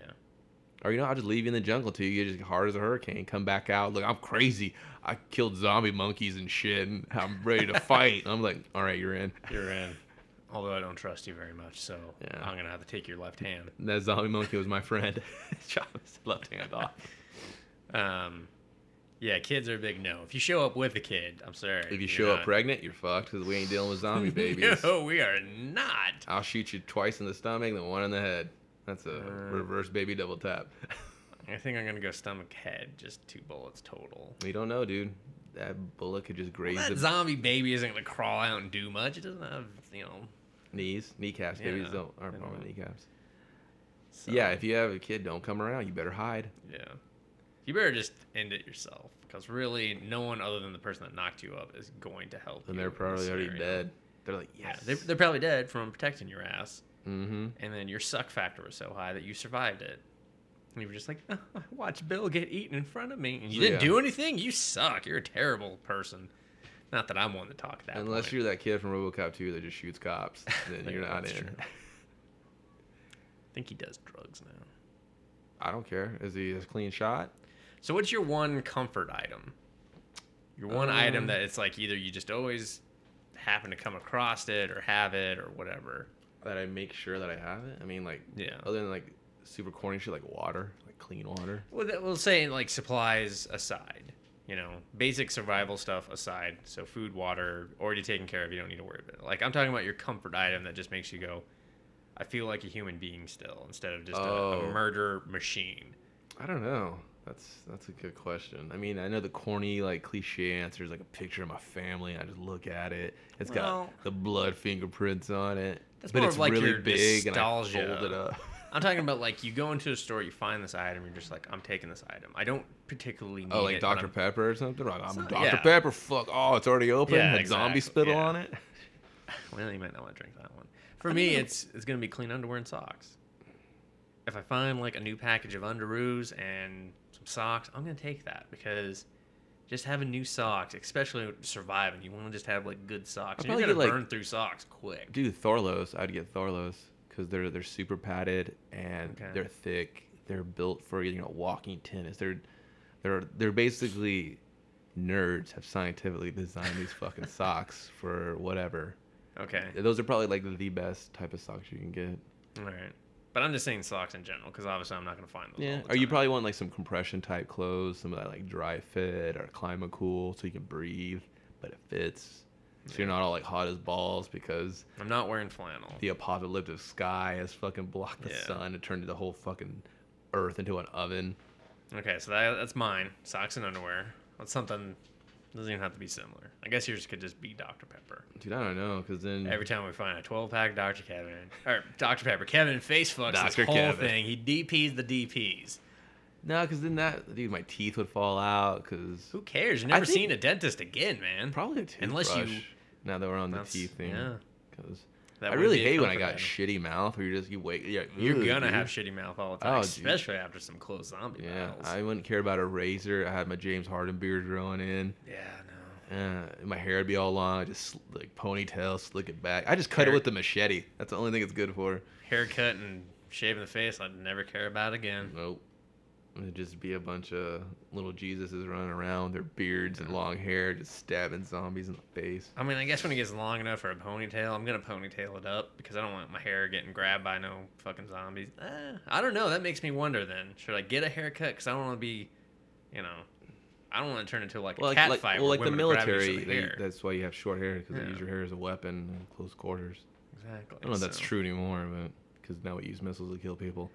Or you know, I'll just leave you in the jungle till you get just hard as a hurricane. Come back out. Look, I'm crazy. I killed zombie monkeys and shit, and I'm ready to fight. I'm like, all right, you're in.
You're in. Although I don't trust you very much, so
Yeah.
I'm gonna have to take your left hand.
And that zombie monkey was my friend. Chop his left hand off.
Um, yeah, kids are a big no. If you show up with a kid, I'm sorry.
If you
you're
show up
not-
pregnant, you're fucked because we ain't dealing with zombie babies.
no, we are not.
I'll shoot you twice in the stomach, then one in the head. That's a
Uh.
reverse baby double tap.
I think I'm gonna go stomach head, just two bullets total.
We don't know, dude. That bullet could just graze
That
the
zombie baby isn't gonna crawl out and do much. It doesn't have, you know.
knees, kneecaps.
Yeah,
Babies don't
I
aren't
know.
probably kneecaps.
So,
Yeah, if you have a kid, don't come around. You better hide.
yeah. You better just end it yourself, because really, no one other than the person that knocked you up is going to help.
Then
you
they're
in this
probably already
scenario.
dead. They're like,
Yeah,
yes.
they're, they're probably dead from protecting your ass.
mm-hmm.
and then your suck factor was so high that you survived it. And you were just like, oh, I watched Bill get eaten in front of me. And
So,
you didn't
yeah.
do anything. You suck. You're a terrible person. Not that I'm one to talk that.
Unless
point.
you're that kid from RoboCop 2 that just shoots cops, then
Yeah,
you're not in.
that's true. I think he does drugs now.
I don't care. Is he a clean shot?
So what's your one comfort item? Your one
Um,
item that it's like either you just always happen to come across it or have it or whatever.
That I make sure that I have it. I mean, like,
Yeah.
other than like super corny shit like water, like clean water.
Well, that, we'll say like supplies aside. you know, basic survival stuff aside, so food, water, already taken care of, you don't need to worry about it. Like I'm talking about your comfort item that just makes you go, I feel like a human being still instead of just a,
Oh.
a murder machine.
I don't know. That's that's a good question. I mean, I know the corny like cliche answer is like a picture of my family. And I just look at it. It's
Well-
got the blood fingerprints on it,
That's
but
more
it's
of, like,
really
your
big and I
nostalgia.
fold it up.
I'm talking about like you go into a store, you find this item, you're just like, I'm taking this item. I don't particularly need
Oh, like
it, but
Dr.
I'm-
Pepper or something? Like, I'm
So-
Dr.
yeah.
Pepper. Fuck. Oh, it's already open.
Yeah,
Had zombie
exactly,
spittle
yeah.
on it.
Well, you might not want to drink that one. For me, it's it's gonna be clean underwear and socks. If I find like a new package of underoos and some socks, I'm gonna take that because just having new socks, especially surviving, you want to just have like good socks.
I'd
And you're
probably
gonna
get, like-
burn through socks quick.
Dude, Thorlos. I'd get Thorlos because they're they're super padded and
Okay.
they're thick. They're built for you know walking tennis. They're they're they're basically nerds have scientifically designed these fucking socks for whatever.
Okay,
Those are probably like the best type of socks you can get.
all right. But I'm just saying socks in general because obviously I'm not gonna find those. all the
Or you
time.
probably want like some compression type clothes, some of that like dry fit or climacool so you can breathe, but it fits. So you're not all like hot as balls because
I'm not wearing flannel.
the apocalyptic sky has fucking blocked the
Yeah.
sun and turned the whole fucking earth into an oven.
Okay, so that, that's mine. Socks and underwear. That's something. Doesn't even have to be similar. I guess yours could just be Dr Pepper.
Dude, I don't know, because then
Every time we find a 12 pack Dr. Kevin, or Dr. Pepper, Kevin face fucks
Dr.
this whole
Kevin.
thing. He DPs the DPs.
no, because then that dude, my teeth would fall out. Because
Who cares? You've never
think-
seen a dentist again, man.
probably a toothbrush.
Unless you-
now that we're on the
That's-
teeth thing,
yeah.
because
That
I
would
really
be a
hate when I
comfort
got
item.
shitty mouth. Where you just you wake, you're, like,
You're
"Ugh,
gonna
dude."
have shitty mouth all the time,
Oh, dude.
especially after some close zombie
Yeah,
battles.
I wouldn't care about a razor. I had my James Harden beard growing in.
Yeah,
Uh,
no.
my hair would be all long. I just sl- like ponytail, slick it back. I just cut it
Hair-
with the machete. That's the only thing it's good for.
Haircut and shaving the face, I'd never care about again.
Nope. It'd just be a bunch of little Jesuses running around, their beards and long hair, just stabbing zombies in the face.
I mean, I guess when it gets long enough for a ponytail, I'm gonna ponytail it up because I don't want my hair getting grabbed by no fucking zombies. Eh, I don't know. That makes me wonder. Then should I get a haircut? Because I don't want to be, you know, I don't want to turn into like a
Well, like,
cat
like,
fight.
well,
where
like the
women grab each
military,
other's
they,
hair.
that's why you have short hair because they
Yeah.
use your hair as a weapon in close quarters.
exactly.
I don't know if that's
so-
true anymore, but because now we use missiles to kill people.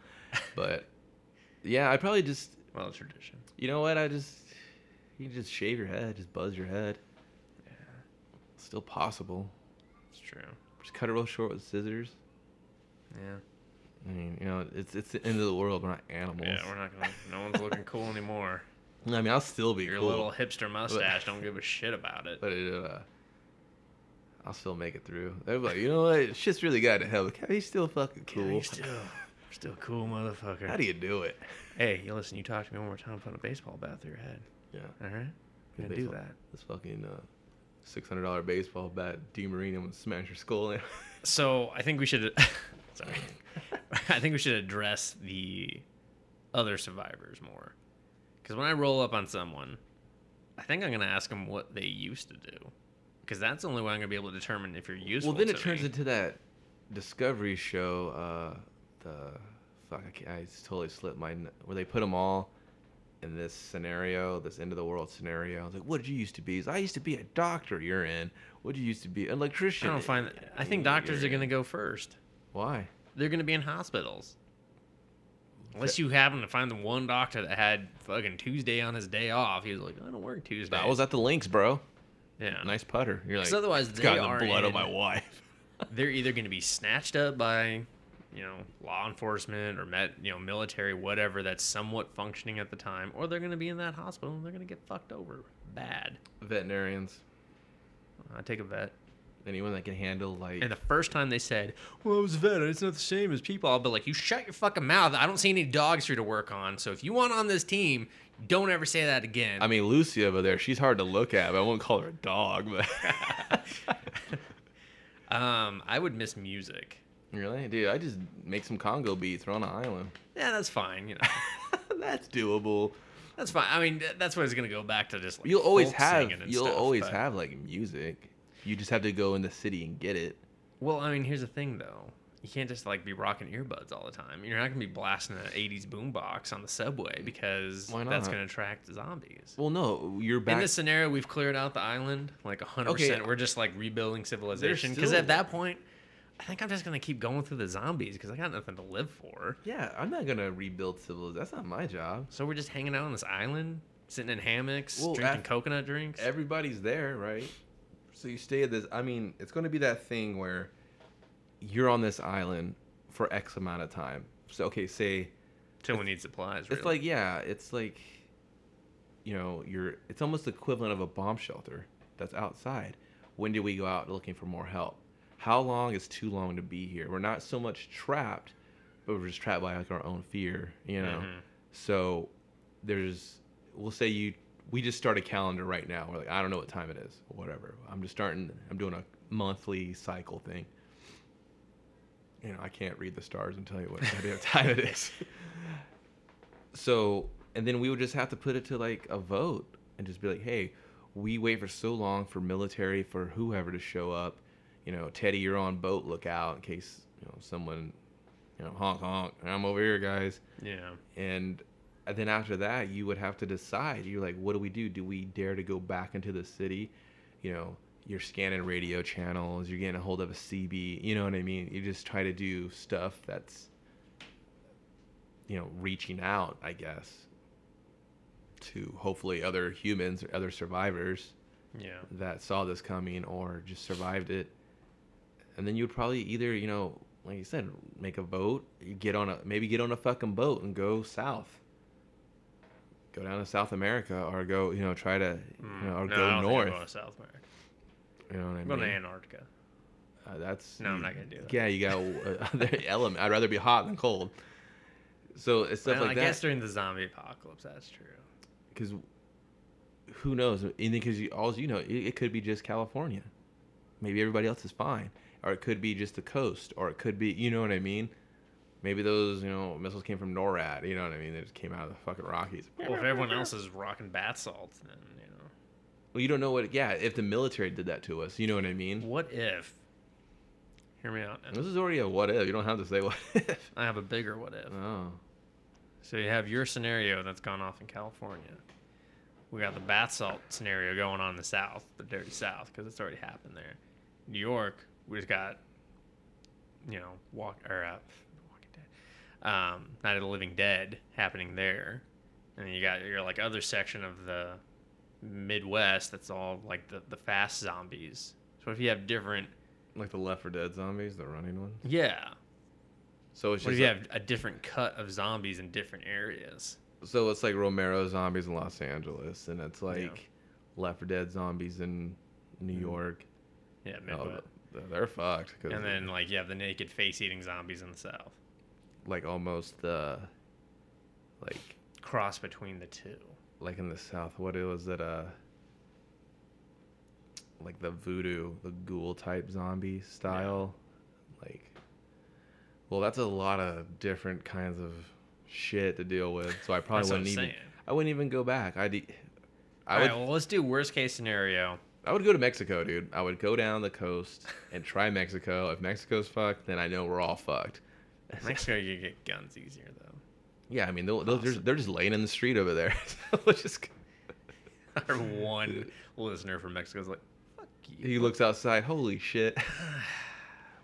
But yeah, I probably just
Well, it's tradition.
You know what? I just you just shave your head, just buzz your head.
Yeah,
Still possible.
it's true.
Just cut it real short with scissors.
Yeah.
I mean, you know, it's it's the end of the world. We're not animals.
Yeah, we're not gonna. No one's looking cool anymore.
I mean, I'll still be
Your
cool,
little hipster mustache. don't give a shit about it.
but it, uh, I'll still make it through. They're like, you know what? Shit's really got to hell. But Kev, he's still fucking
Yeah,
cool.
you're still, you're still a cool, motherfucker.
How do you do it?
Hey, you listen. You talk to me one more time. I'm putting a baseball bat through your head.
Yeah,
All right.
Good
I'm gonna do
baseball.
that.
this fucking uh, six hundred dollar baseball bat, D Marino would smash your skull in.
So I think we should. sorry. I think we should address the other survivors more. Because when I roll up on someone, I think I'm going to ask them what they used to do. Because that's the only way I'm going to be able to determine if you're useful.
Well, then
to
it turns
me.
into that Discovery show. Uh, the fuck, I, can't, I s- totally slipped my. n- Where they put them all in this scenario, this end of the world scenario. I was like, "What did you used to be?" He's, I used to be a doctor. You're in. What did you used to be? An
I
electrician.
don't find. That, I think doctors are going to go first.
Why?
They're going to be in hospitals. Unless you happen to find the one doctor that had fucking Tuesday on his day off. He was like, I don't work Tuesday.
I was at the links, bro.
yeah.
Nice putter. You're like,
Because otherwise,
it's
they
got
are
the blood
in,
of my wife.
they're either going to be snatched up by you know law enforcement or met you know military whatever that's somewhat functioning at the time or they're going to be in that hospital and they're going to get fucked over bad
Veterinarians.
i take a vet
Anyone that can handle like.
and the first time they said well it was a vet it's not the same as people i'll be like you shut your fucking mouth i don't see any dogs here to work on so if you want on this team don't ever say that again
I mean, Lucy over there, she's hard to look at. But I won't call her a dog, but.
um i would miss music
Really, dude? I just make some Congo beats. We're on an island.
yeah that's fine you know
That's doable.
that's fine i mean th- that's what it's going to go back to just like,
You'll always
folk
have.
singing and
You'll
stuff,
always
but-
have like music. You just have to go in the city and get it.
Well, I mean, here's the thing though. you can't just like be rocking earbuds all the time. You're not gonna be blasting an '80s boombox on the subway because
Why
that's
not?
gonna attract zombies.
Well, no, you're back.
In this scenario, we've cleared out the island like 100%.
Okay.
We're just like rebuilding civilization because
still-
at that point, I think I'm just gonna keep going through the zombies because I got nothing to live for.
yeah, I'm not gonna rebuild civilization. That's not my job.
So we're just hanging out on this island, sitting in hammocks,
Well,
drinking
af-
coconut drinks.
Everybody's there, right? So you stay at this. I mean, it's gonna be that thing where you're on this island for X amount of time. So okay, say
Till we need supplies. Really.
It's like yeah, it's like you know, you're it's almost the equivalent of a bomb shelter that's outside. When do we go out looking for more help? How long is too long to be here? We're not so much trapped, but we're just trapped by like our own fear, you know.
Mhm.
So there's we'll say you we just start a calendar right now. We're like, I don't know what time it is, or whatever. I'm just starting I'm doing a monthly cycle thing. You know, I can't read the stars and tell you what goddamn time it is. So and then we would just have to put it to like a vote and just be like, hey, we wait for so long for military for whoever to show up. You know, Teddy, you're on boat lookout in case you know someone, you know, honk honk. I'm over here, guys
yeah.
and then after that you would have to decide you're like what do we do do we dare to go back into the city you know you're scanning radio channels you're getting a hold of a cb you know what i mean you just try to do stuff that's you know reaching out i guess to hopefully other humans or other survivors
Yeah.
that saw this coming or just survived it. And then you would probably either, you know, like you said, make a vote, you get on a maybe get on a fucking boat and go south. Go down to South America or go, you know, try to
Mm.
you know, or
No, I
go
don't think I'm
north.
going to South America.
You know what I
I'm going
mean?
to Antarctica.
Uh, that's
No, I'm
you-
not gonna do that.
Yeah, you got uh, other element. I'd rather be hot than cold. So it's stuff
Well,
like
I
that.
guess during the zombie apocalypse, that's true.
because who knows? And because you, all you know, it, it could be just California. Maybe everybody else is fine, or it could be just the coast, or it could be, you know what I mean? Maybe those, you know, missiles came from NORAD. You know what I mean? They just came out of the fucking Rockies.
Well, if everyone else is rocking bath salts, then you
Well, you don't know what. Yeah, if the military did that to us, you know what I
know.
mean?
What if? Hear me out. now.
This is already a what if. You don't have to say what if.
I have a bigger what if.
Oh,
So you have your scenario that's gone off in California. We got the bath salt scenario going on in the South, the dirty South, because it's already happened there. New York, we just got, you know, walk or uh, Walking Dead, um, Night of the Living Dead happening there, and then you got your like other section of the Midwest that's all like the the fast zombies. So if you have different,
like the Left 4 Dead zombies, the running ones.
yeah,
So it's
what
just
if you
like-
have a different cut of zombies in different areas?
so it's like Romero zombies in Los Angeles, and it's like Left 4 Dead zombies in New
Mm-hmm.
York.
Yeah,
Oh,
Midwest.
th- they're fucked. 'cause
And then like you have the naked face eating zombies in the south.
like almost the, like
Cross between the two.
like in the south, what it was that uh, like the voodoo, the ghoul type zombie style, like. Well, that's a lot of different kinds of shit to deal with. So I probably
That's what I'm
wouldn't even.
saying.
I wouldn't even go back. I, would I
All
would.
right, well let's do worst case scenario.
I would go to Mexico, dude. I would go down the coast and try Mexico. If Mexico's fucked, then I know we're all fucked.
Mexico you get guns easier though.
Yeah, I mean, they'll, they'll, they're, they're just laying in the street over there. So we'll just-
Our one listener from Mexico's like, fuck you.
he looks outside. Holy shit!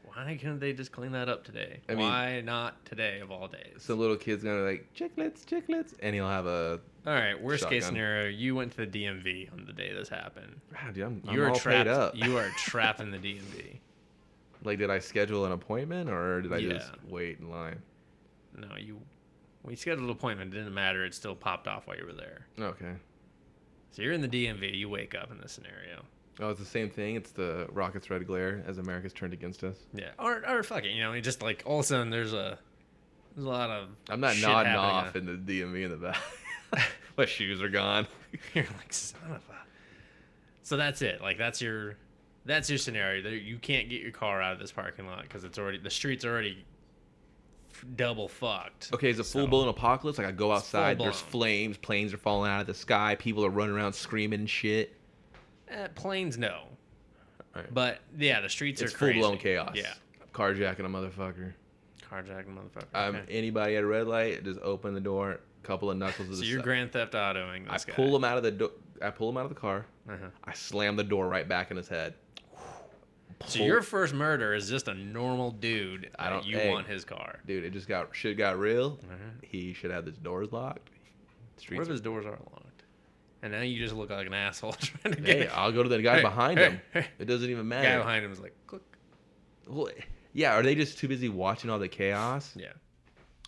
Why couldn't they just clean that up today?
I mean-
Why not today of all days?
Some little kid's gonna be like chicklets, chicklets, and he'll have a.
all right, worst case
Shotgun.
scenario, you went to the DMV on the day this happened.
Ah, dude, I'm, I'm
You are
all paid
trapped.
up.
You are trapped in the DMV.
like, did I schedule an appointment or did I just
Yeah.
wait in line?
No, you. We scheduled an appointment. It didn't matter. It still popped off while you were there.
Okay.
So you're in the DMV. You wake up in this scenario.
Oh, it's the same thing. It's the rocket's red glare as America's turned against us.
Yeah. Or or fuck it, you know, it just like all of a sudden there's a there's a lot of
I'm not
shit
nodding
happening.
off in the DMV in the back. My shoes are gone.
You're like son of a. So that's it. Like that's your that's your scenario. There, you can't get your car out of this parking lot because it's already the street's already f- double fucked.
Okay, it's a full blown apocalypse. Like I go outside, there's
full-blown.
flames, planes are falling out of the sky, people are running around screaming and shit.
Eh, planes, no.
Alright.
But yeah, the streets
It's
are
full
crazy.
blown chaos.
Yeah,
carjacking a motherfucker.
Carjacking motherfucker.
Um,
okay.
Anybody at a red light, just open the door, couple of knuckles. to
So
the
you're
si-
Grand Theft Autoing
I
this guy.
pull him out of the do- I pull him out of the car.
Uh-huh.
I slam the door right back in his head.
So
Pull-
your first murder is just a normal dude.
I
that
don't-
You
hey.
want his car?
dude, it just got shit got real.
Alright.
He should have his doors locked.
What
Streets.
if his doors are locked? And now you just look like an asshole trying to
are-
get
hey, I'll go to the guy
Hey,
behind
hey,
him.
hey.
It doesn't even
the
matter.
guy behind him is like, click.
Well, yeah, are they just too busy watching all the chaos?
Yeah.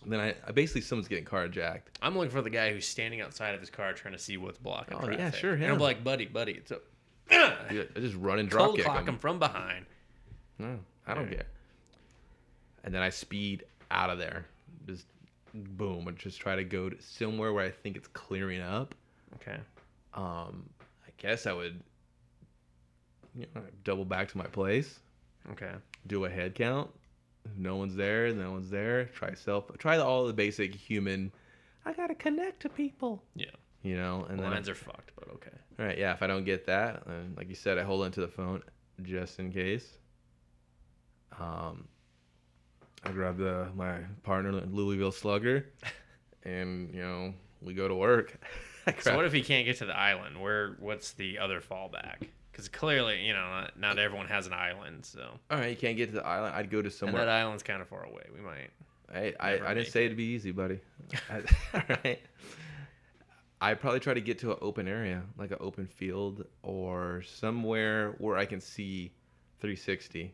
Then I, I basically someone's getting carjacked.
I'm looking for the guy who's standing outside of his car trying to see what's blocking.
Oh, yeah,
traffic.
sure,
And I'm
him.
like, buddy, buddy, it's a
Dude, I just run and drop
cold
kick
clock him
him.
from behind.
No, I don't
Alright.
care. And then I speed out of there. Just boom, and just try to go to somewhere where I think it's clearing up.
Okay.
Um, I guess I would you know, double back to my place,
Okay.
do a head count. If no one's there, no one's there. Try self, try all the basic human. I gotta connect to people,
Yeah.
you know. And
The
then,
lines are fucked, but okay.
all right, yeah. If I don't get that, then, like you said, I hold onto the phone just in case. Um, I grab the my partner Louisville Slugger, and you know we go to work. I
So
grab-
what if he can't get to the island? Where? What's the other fallback? Because clearly, you know, not, not everyone has an island. So
all right, you can't get to the island. I'd go to
and
somewhere.
that island's kind of far away. We might.
I, I,
Never
I
make
didn't say it'd be easy, buddy. I, all right. I probably try to get to an open area, like an open field or somewhere where I can see 360.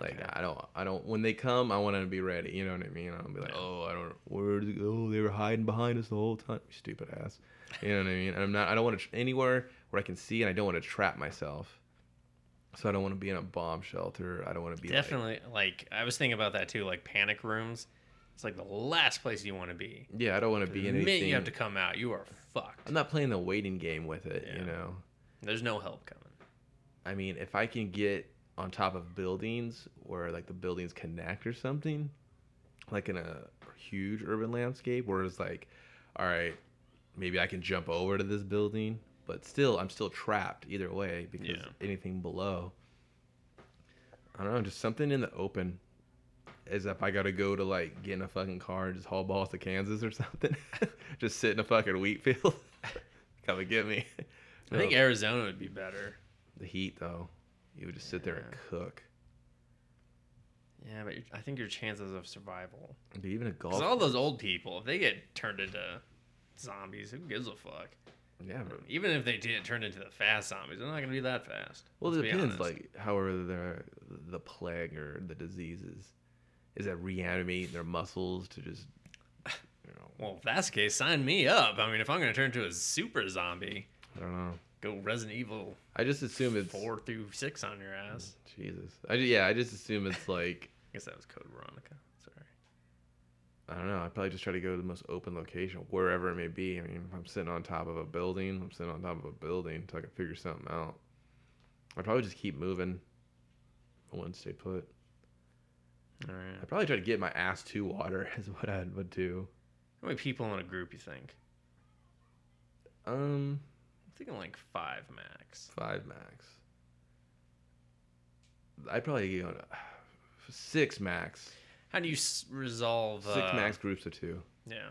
Like
Okay.
I don't, I don't. When they come, I want to be ready. You know what I mean? I'll be like,
Yeah.
oh, I don't. Where? did- Oh, they were hiding behind us the whole time. You stupid ass. You know what I mean? And I'm not. I don't want to anywhere where I can see, and I don't want to trap myself. So I don't want to be in a bomb shelter. I don't want to be like-
Definitely. Like I was thinking about that too. Like panic rooms. It's like the last place you want to be.
yeah, I don't want to be
The
in
minute
anything.
you have to come out, you are fucked.
I'm not playing the waiting game with it,
Yeah.
you know.
There's no help coming.
I mean, if I can get on top of buildings where like the buildings connect or something, like in a huge urban landscape where it's like, all right, maybe I can jump over to this building, but still I'm still trapped either way because
Yeah.
anything below. I don't know, just something in the open. As if I gotta go to like get in a fucking car and just haul balls to Kansas or something. just sit in a fucking wheat field. Come and get me.
I think
No.
Arizona would be better.
The heat, though, you would just sit there and
Yeah.
cook.
Yeah, but your- I think your chances of survival.
Dude, even a golf.
Because all those old people, if they get turned into zombies, who gives a fuck?
yeah, but,
Even if they did turn into the fast zombies, they're not gonna be that fast.
well, it
let's be
depends.
honest.
Like, however, the the plague or the diseases is that reanimate their muscles to just, you know,
well, if that's the case, sign me up. I mean, if I'm gonna turn into a super zombie,
I don't know.
go Resident Evil
I just assume it's
four through six on your ass.
Jesus. I ju- yeah, I just assume it's like
I guess that was Code Veronica. Sorry.
I don't know. I probably just try to go to the most open location, wherever it may be. I mean, if I'm sitting on top of a building, I'm sitting on top of a building until I can figure something out. I'd probably just keep moving. I wouldn't stay put.
All right.
I'd probably try to get my ass to water is what I would do.
How many people in a group you think?
Um,
I'm thinking like five max.
five max. I'd probably go to six max.
How do you s- resolve
Six
uh,
max groups of two,
Yeah,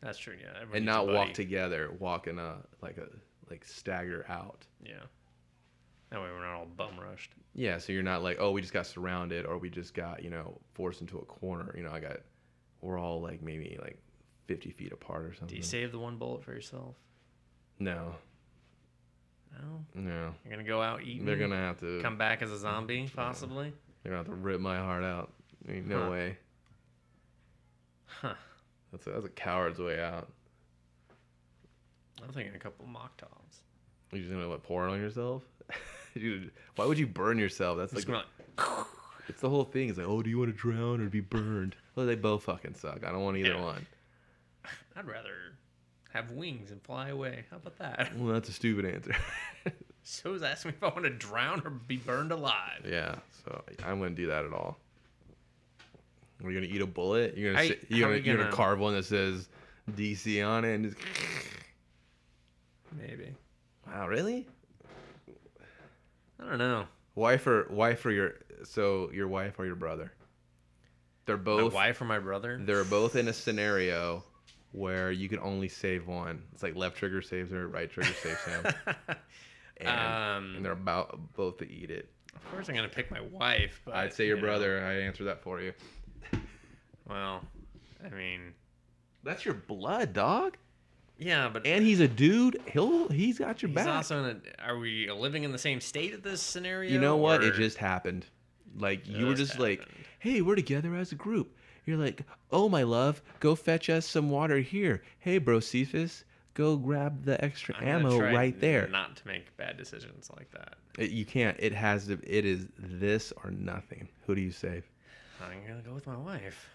that's true. Yeah, everyone
and
needs a
not walk
buddy.
together. Walk in a like a like stagger out.
Yeah, that way we're not all bum rushed.
Yeah, so you're not like, oh, we just got surrounded, or we just got you know forced into a corner. You know, I got we're all like maybe like fifty feet apart or
Do
something.
you save the one bullet for yourself?
No,
No,
no,
you're gonna go out eating.
they're gonna Mm-hmm. have to
come back as a zombie, possibly.
they're gonna have to rip my heart out. I mean, no
Huh.
way.
Huh.
That's a, that's a coward's way out.
I'm thinking a couple mock tops.
You're just gonna what pour it on yourself? Dude, why would you burn yourself? That's like
Just gonna like,
it's the whole thing. It's like, oh, do you want to drown or be burned? Well, they both fucking suck. I don't want either
Yeah.
one.
I'd rather have wings and fly away. How about that?
Well, that's a stupid answer.
So was asking me if I want to drown or be burned alive.
yeah, so I wouldn't do that at all. Are you gonna eat a bullet? You're
How
gonna
you-
sit, you're
how
gonna,
you
you're gonna
gonna-
carve one that says DC on it and just
Maybe.
wow, really?
I don't know.
Why for why for your so your wife or your brother? They're
My
both
wife or my brother?
they're both in a scenario where you can only save one. It's like left trigger saves her, right trigger saves him, and,
Um,
and they're about both to eat it.
of course, I'm gonna pick my wife. But
I'd say your
you know,
brother. I answered that for you.
Well, I mean,
That's your blood, dog.
yeah, but
And he's a dude. He'll he's got your
he's
back.
also in a. Are we living in the same state at this scenario?
you know what? It
or-
just happened. Like you were
Just
just like,
happened.
"Hey, we're together as a group." You're like, "Oh my love, go fetch us some water here." Hey, bro, Cephas, go grab the extra
I'm gonna
ammo
try
right there.
Not to make bad decisions like that.
It- you can't. It has to. It is this or nothing. Who do you save?
I'm gonna go with my wife.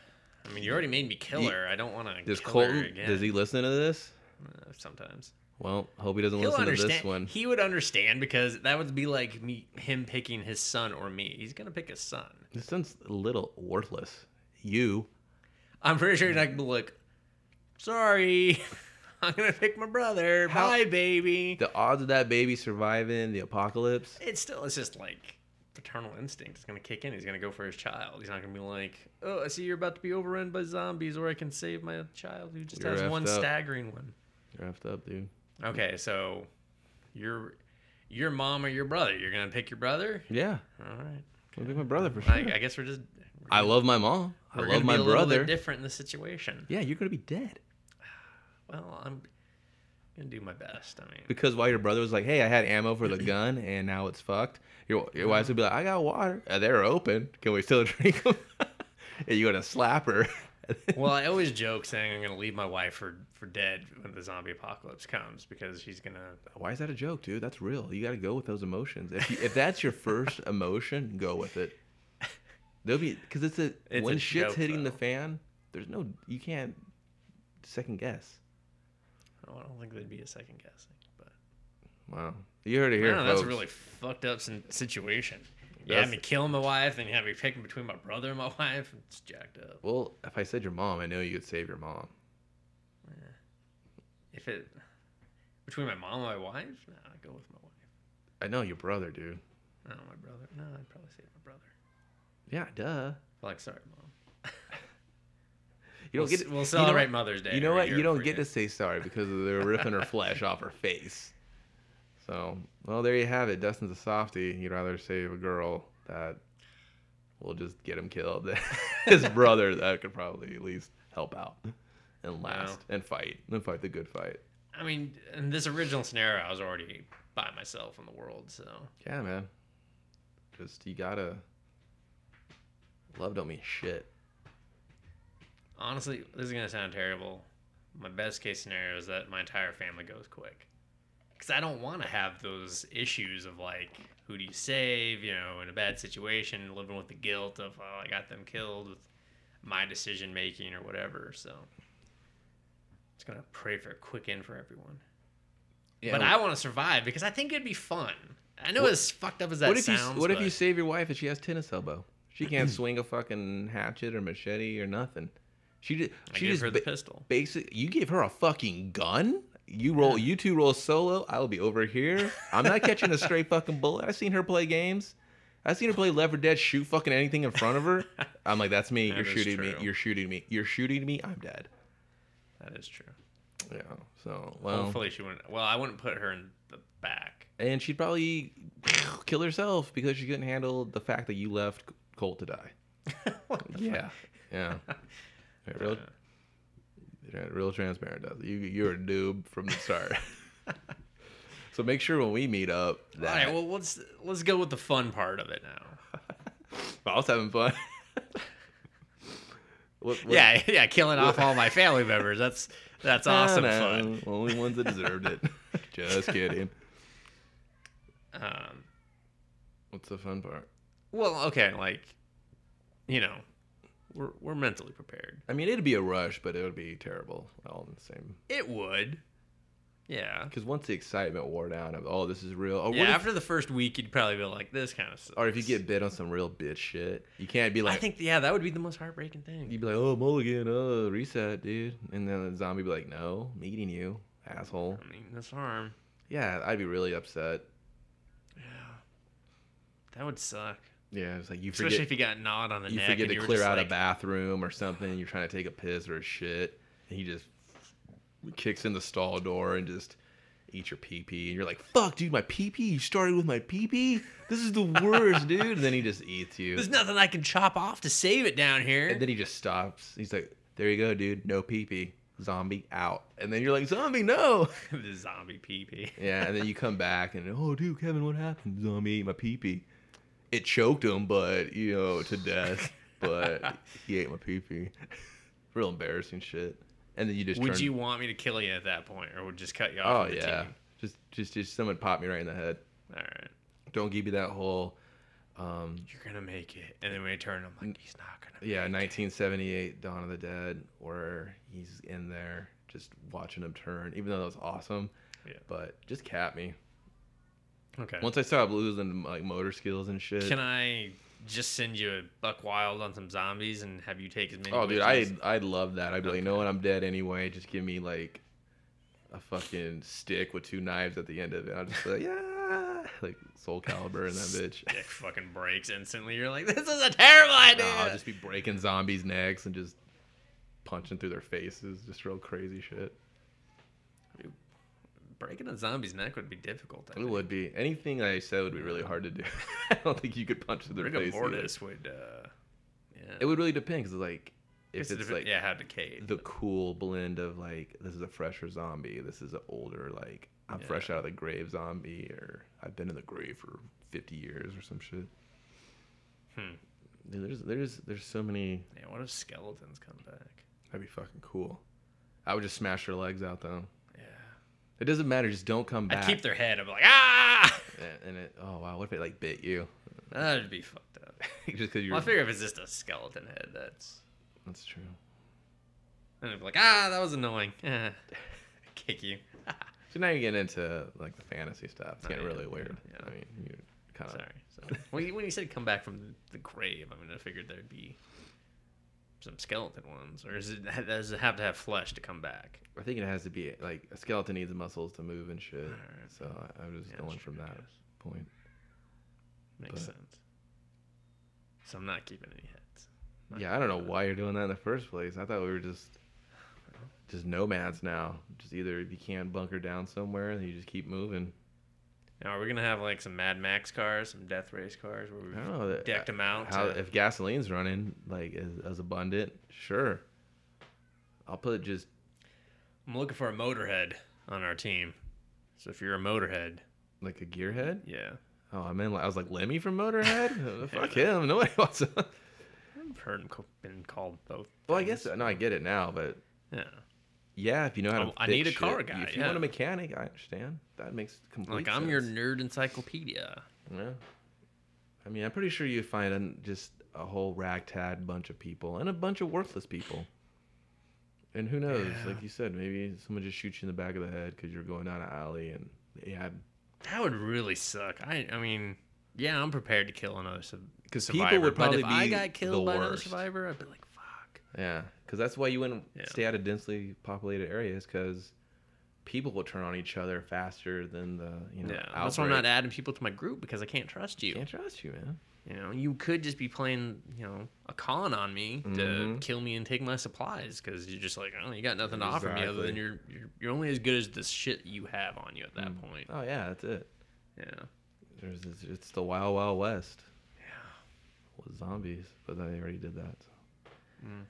I mean, you already made me kill
You-
her. I don't want to
Does
kill her
Colton?
again.
Does he listen to this?
Uh, sometimes
Well, hope he doesn't
he'll
listen
understand.
to this one.
He would understand because that would be like me, him picking his son or me. He's gonna pick his son.
This sounds a little worthless. You.
I'm pretty sure he's not gonna be like, sorry, I'm gonna pick my brother.
How-
Bye, baby.
The odds of that baby surviving the apocalypse.
It's still, it's just like paternal instinct is gonna kick in. He's gonna go for his child. He's not gonna be like, oh, I see you're about to be overrun by zombies, or I can save my child who just
You're
has
effed
one
up.
staggering one.
You're effed up, dude.
Okay, so your your mom or your brother. You're gonna pick your brother.
Yeah,
All right.
I'll pick my brother for sure.
I, I guess we're just. We're
I love my mom. I
we're
love
gonna
my
be a little bit
brother.
different in the situation.
yeah, you're gonna be dead
Well, I'm gonna do my best. I mean,
because while your brother was like, "Hey, I had ammo for the gun, and now it's fucked," your your wife's gonna be like, "I got water. Uh, they're open. Can we still drink them?" and you're gonna slap her.
well, I always joke saying I'm gonna leave my wife for for dead when the zombie apocalypse comes because she's gonna.
Why is that a joke, dude? That's real. You gotta go with those emotions. If you, if that's your first emotion, go with it. There'll be because it's a
It's
when
a
shit's
joke,
hitting the
though.
fan. There's no you can't second guess.
I don't, I don't think there'd be a second guessing, but
Wow, you heard it
I
here,
don't know,
folks.
that's a really fucked up sin- situation. You
That's-
had me killing my wife, then you had me picking between my brother and my wife. It's jacked up.
Well, if I said your mom, I know you would save your mom.
If it between my mom and my wife, nah, I go with my wife.
I know your brother, dude.
No, my brother. No, I'd probably say my brother.
Yeah, duh.
Like, sorry, mom.
You don't
we'll,
get
s-
to,
we'll
you know
celebrate
what-
Mother's Day.
You know
every
what?
year
You don't
for
get
you.
to say sorry because they're ripping her flesh off her face. So, well, there you have it. Dustin's a softy. He'd rather save a girl that will just get him killed. than His brother that could probably at least help out and last and fight and fight the good fight.
I mean, in this original scenario, I was already by myself in the world, so
Yeah, man. Just you gotta. Love don't mean shit.
honestly, this is gonna sound terrible. My best case scenario is that my entire family goes quick, because I don't want to have those issues of like, who do you save? You know, in a bad situation, living with the guilt of oh, I got them killed with my decision making or whatever. So, just gonna pray for a quick end for everyone.
Yeah,
but I want to survive because I think it'd be fun. I know
What-
as fucked up as that
what if
sounds. Mm.
you what if you
but-
save your wife and she has tennis elbow? She can't swing a fucking hatchet or machete or nothing. She just
I
she
give
just
her the
ba-
pistol.
basic. You give her a fucking gun. You roll. You two roll solo. I'll be over here. I'm not catching a stray fucking bullet. I've seen her play games. I've seen her play Left 4 Dead. Shoot fucking anything in front of her. I'm like, that's me.
That
You're
is
shooting me.
true.
You're shooting me. You're shooting me. I'm dead.
That is true.
Yeah. So well,
Hopefully she wouldn't. Well, I wouldn't put her in the back.
and she'd probably kill herself because she couldn't handle the fact that you left Colt to die. Yeah, yeah. Right, real, tra- real transparent. Does it. you you're a noob from the start. so make sure when we meet up
All
that
right. Well, let's let's go with the fun part of it now.
I was having fun. What- what-
Yeah, yeah. Killing off all my family members. That's that's
I
awesome
know,
fun.
Only ones that deserved it. Just kidding.
Um,
What's the fun part?
well, okay. Like, you know, we're we're mentally prepared.
I mean, it'd be a rush, but it would be terrible. All in the same.
It would. Yeah.
Because once the excitement wore down of oh this is real, oh, what
Yeah.
if-
after the first week, you'd probably be like, "This kind of."
or if you get bit on some real bitch shit, you can't be
I
like
think yeah, that would be the most heartbreaking thing.
you'd be like oh Mulligan, oh reset, dude, and then the zombie be like no, I'm eating you, asshole.
I mean, this harm.
Yeah, I'd be really upset.
That would suck.
Yeah, it's like you
Especially
forget
if you got gnawed on the
you
neck.
forget
and
to
you were
clear
just
out
like,
a bathroom or something. You're trying to take a piss or a shit, and he just kicks in the stall door and just eats your pee pee. And you're like, "Fuck, dude, my pee pee. You started with my pee pee. This is the worst, dude." And then he just eats you.
There's nothing I can chop off to save it down here.
And then he just stops. He's like, "There you go, dude. No pee pee. Zombie out." And then you're like, "Zombie, no."
the zombie pee pee.
Yeah, and then you come back and oh, dude, Kevin, what happened? Zombie ate my pee pee. It choked him, but you know, to death. but he ate my pee pee. Real embarrassing shit. And then you just
Would
turn-
you want me to kill you at that point, or would just cut you
Oh
off? from the
yeah,
Team?
just just just someone popped me right in the head.
All right.
Don't give me that whole. Um,
You're gonna make it, and then when I turn, I'm like, he's not gonna.
Mm. yeah,
make it."
1978, Dawn of the Dead, where he's in there just watching him turn. Even though that was awesome,
Yeah.
but just capped me.
Okay.
Once I started losing like motor skills and shit.
Can I just send you a buck wild on some zombies and have you take as many?
Oh, dude,
wishes?
I'd, I'd love that. I'd be like, you know what? I'm dead anyway. Just give me like a fucking stick with two knives at the end of it. I'll just be like, yeah, like Soul Caliber and that bitch.
Dick fucking breaks instantly. You're like, this is a terrible idea.
No, I'll just be breaking zombies' necks and just punching through their faces. Just real crazy shit.
Breaking a zombie's neck would be difficult. I
It
think.
would be anything I said would be really hard to do. I don't think you could punch through their
Rigor
face. either.
mortis would. Uh, yeah.
It would really depend because like if
It's a
it's
different-
like
yeah, how decayed.
the cool blend of like this is a fresher zombie, this is an older like I'm
Yeah.
fresh out of the grave zombie, or I've been in the grave for 50 years or some shit.
Hmm.
Dude, there's there's there's so many.
Yeah, what if skeletons come back?
That'd be fucking cool. I would just smash their legs out though.
Yeah.
It doesn't matter. Just don't come
I'd
back.
keep their head. I'd be like, ah!
And- And it oh wow, what if it like bit you?
That'd be fucked up.
just because you're.
Well, I figure if it's just a skeleton head, that's.
That's true.
And I'd be like, ah, that was annoying. Eh. Kick you.
So now you're getting into like the fantasy stuff. It's
Oh,
getting
yeah,
really
yeah,
weird.
yeah.
I mean, you're kind of
Sorry. sorry. When, you, when you said come back from the, the grave, I mean, I figured there'd be some skeleton ones. Or is it, does it have to have flesh to come back?
I think it has to be like a skeleton needs muscles to move and shit.
Alright.
So I, I was just
Yeah,
going
that's
from
true, I
that
guess.
point.
Makes
But-
sense. So I'm not keeping any heads. Not
Yeah, I don't know why you're doing that in the first place. I thought we were just just nomads now. Just either if you can bunker down somewhere and you just keep moving.
Now, are we gonna have like some Mad Max cars, some Death Race cars, where
I don't
we've
know that, uh,
decked them out?
how
to-
if gasoline's running like as, as abundant, sure. I'll put just
I'm looking for a motorhead on our team. So if you're a motorhead,
like a gearhead.
yeah,
Oh, I mean, I was like Lemmy from Motorhead. Uh, Fuck him. Nobody wants him.
I've heard him co- been called both.
Well, I
things.
guess no, I get it now, but
Yeah,
Yeah, if you know how to.
Oh, I
fix
need a
shit.
car guy,
If you want
yeah.
a mechanic, I understand. That makes complete
like
sense.
I'm your nerd encyclopedia.
Yeah. I mean, I'm pretty sure you find an, just a whole ragtag bunch of people and a bunch of worthless people. And who knows?
Yeah.
Like you said, maybe someone just shoots you in the back of the head because you're going down an alley and they had.
That would really suck. I, I mean, yeah, I'm prepared to kill another sub-
Because
survivor.
people would probably
but if I
be
got killed
the
by another
worst.
survivor, I'd be like, fuck.
Yeah, because that's why you wouldn't
Yeah.
stay out of densely populated areas because people will turn on each other faster than the you know.
Yeah, that's why I'm
outbreak.
not adding people to my group because I can't trust you.
Can't trust you, man.
You know, you could just be playing, you know, a con on me to
Mhm.
kill me and take my supplies because you're just like, oh, you got nothing to offer me other than
Exactly.
you're, you're you're only as good as the shit you have on you at that point.
Oh yeah, that's it.
Yeah.
There's this, it's the Wild Wild West
Yeah.
with zombies, but they already did that. so.
Mm.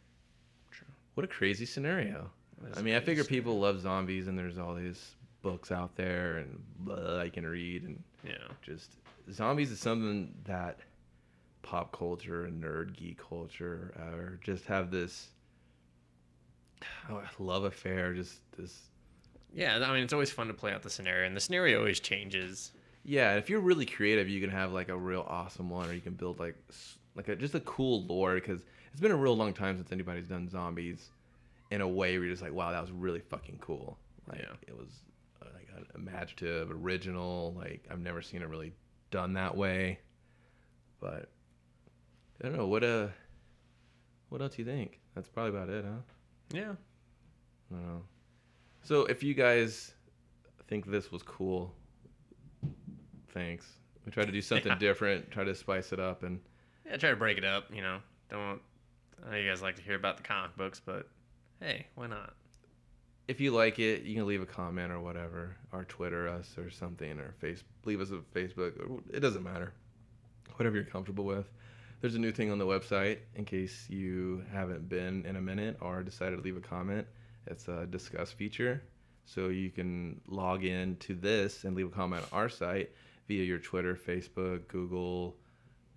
True.
What a crazy scenario.
That's
I mean, I
crazy
figure people love zombies, and there's all these books out there and blah, I can read, and
Yeah.
just zombies is something that pop culture and nerd geek culture or just have this oh, love affair. Just this,
Yeah. I mean, it's always fun to play out the scenario, and the scenario always changes.
yeah. If you're really creative, you can have like a real awesome one, or you can build like s- like a, just a cool lore because it's been a real long time since anybody's done zombies in a way where you're just like, wow, that was really fucking cool. Like
Yeah.
it was uh, like an imaginative, original. Like I've never seen it really done that way. But I don't know what uh what else you think? That's probably about it, huh?
Yeah.
I don't know. So if you guys think this was cool, thanks. We tried to do something
Yeah.
different, try to spice it up, and
Yeah, try to break it up. You know, don't. I know you guys like to hear about the comic books, but hey, why not?
If you like it, you can leave a comment or whatever, or Twitter us or something, or face leave us a Facebook. Or, it doesn't matter. Whatever you're comfortable with. There's a new thing on the website in case you haven't been in a minute or decided to leave a comment. It's a discuss feature. So you can log in to this and leave a comment on our site via your Twitter, Facebook, Google,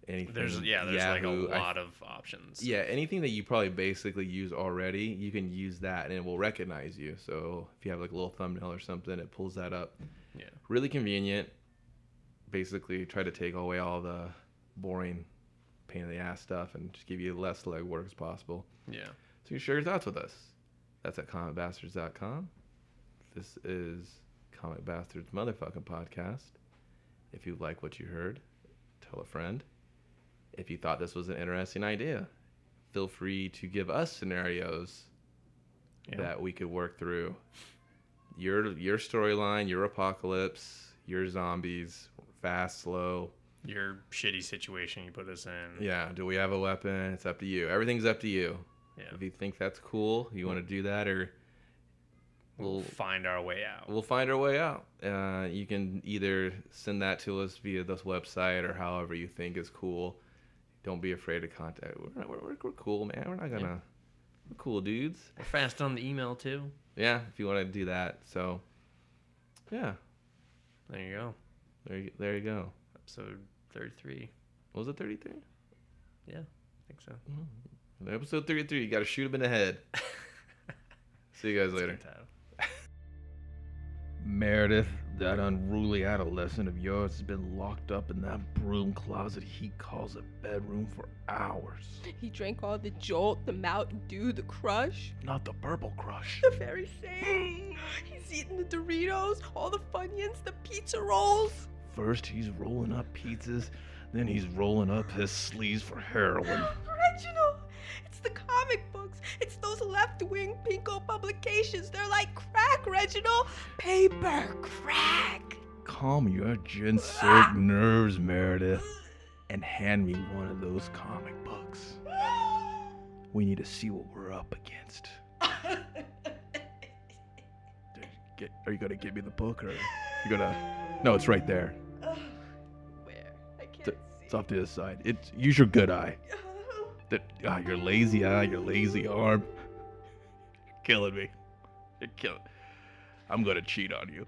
anything.
There's yeah, there's
Yahoo.
like
I
a lot of options.
yeah, anything that you probably basically use already, you can use that and it will recognize you. So if you have like a little thumbnail or something, it pulls that up.
Yeah.
Really convenient. Basically, try to take away all the boring, pain in the ass stuff and just give you less legwork as possible.
Yeah.
So you share your thoughts with us. That's at comicbastards.com. This is Comic Bastards Motherfucking Podcast. If you like what you heard, tell a friend. If you thought this was an interesting idea, feel free to give us scenarios
Yeah.
that we could work through. Your your storyline, your apocalypse, your zombies, fast, slow.
Your shitty situation you put us in.
Mm-hmm. Yeah, do we have a weapon? It's up to you. Everything's up to you.
Yeah.
If you think that's cool, you want to do that, or
We'll
we'll
find our way out.
we'll find our way out. Uh, you can either send that to us via this website or however you think is cool. Don't be afraid to contact. We're not, we're, we're, we're cool, man. We're not gonna. We're cool dudes.
We're fast on the email too.
Yeah, if you want to do that. So, yeah,
There you go.
there you, there you go.
Episode 33.
What was it 33?
Yeah, I think so.
Episode 33. You got to shoot him in the head. See you guys
That's a
later.
good title.
Meredith, that unruly adolescent of yours has been locked up in that broom closet he calls a bedroom for hours.
He drank all the Jolt, the Mountain Dew, the Crush,
Not the purple crush.
the very same. He's eaten the Doritos, all the Funyuns, the pizza rolls.
First, he's rolling up pizzas, then he's rolling up his sleeves for heroin.
Reginald, it's the comic books. It's those left-wing pinko publications. They're like crack, Reginald. Paper crack.
Calm your ginsert nerves, Meredith, and hand me one of those comic books. We need to see what we're up against. Get, are you gonna give me the book, or you gonna? No, it's right there.
Where? I can't
Th-
see.
It's off to the side. It's use your good eye. That ah, your lazy eye, your lazy arm. You're killing me. You're killing. I'm gonna cheat on you.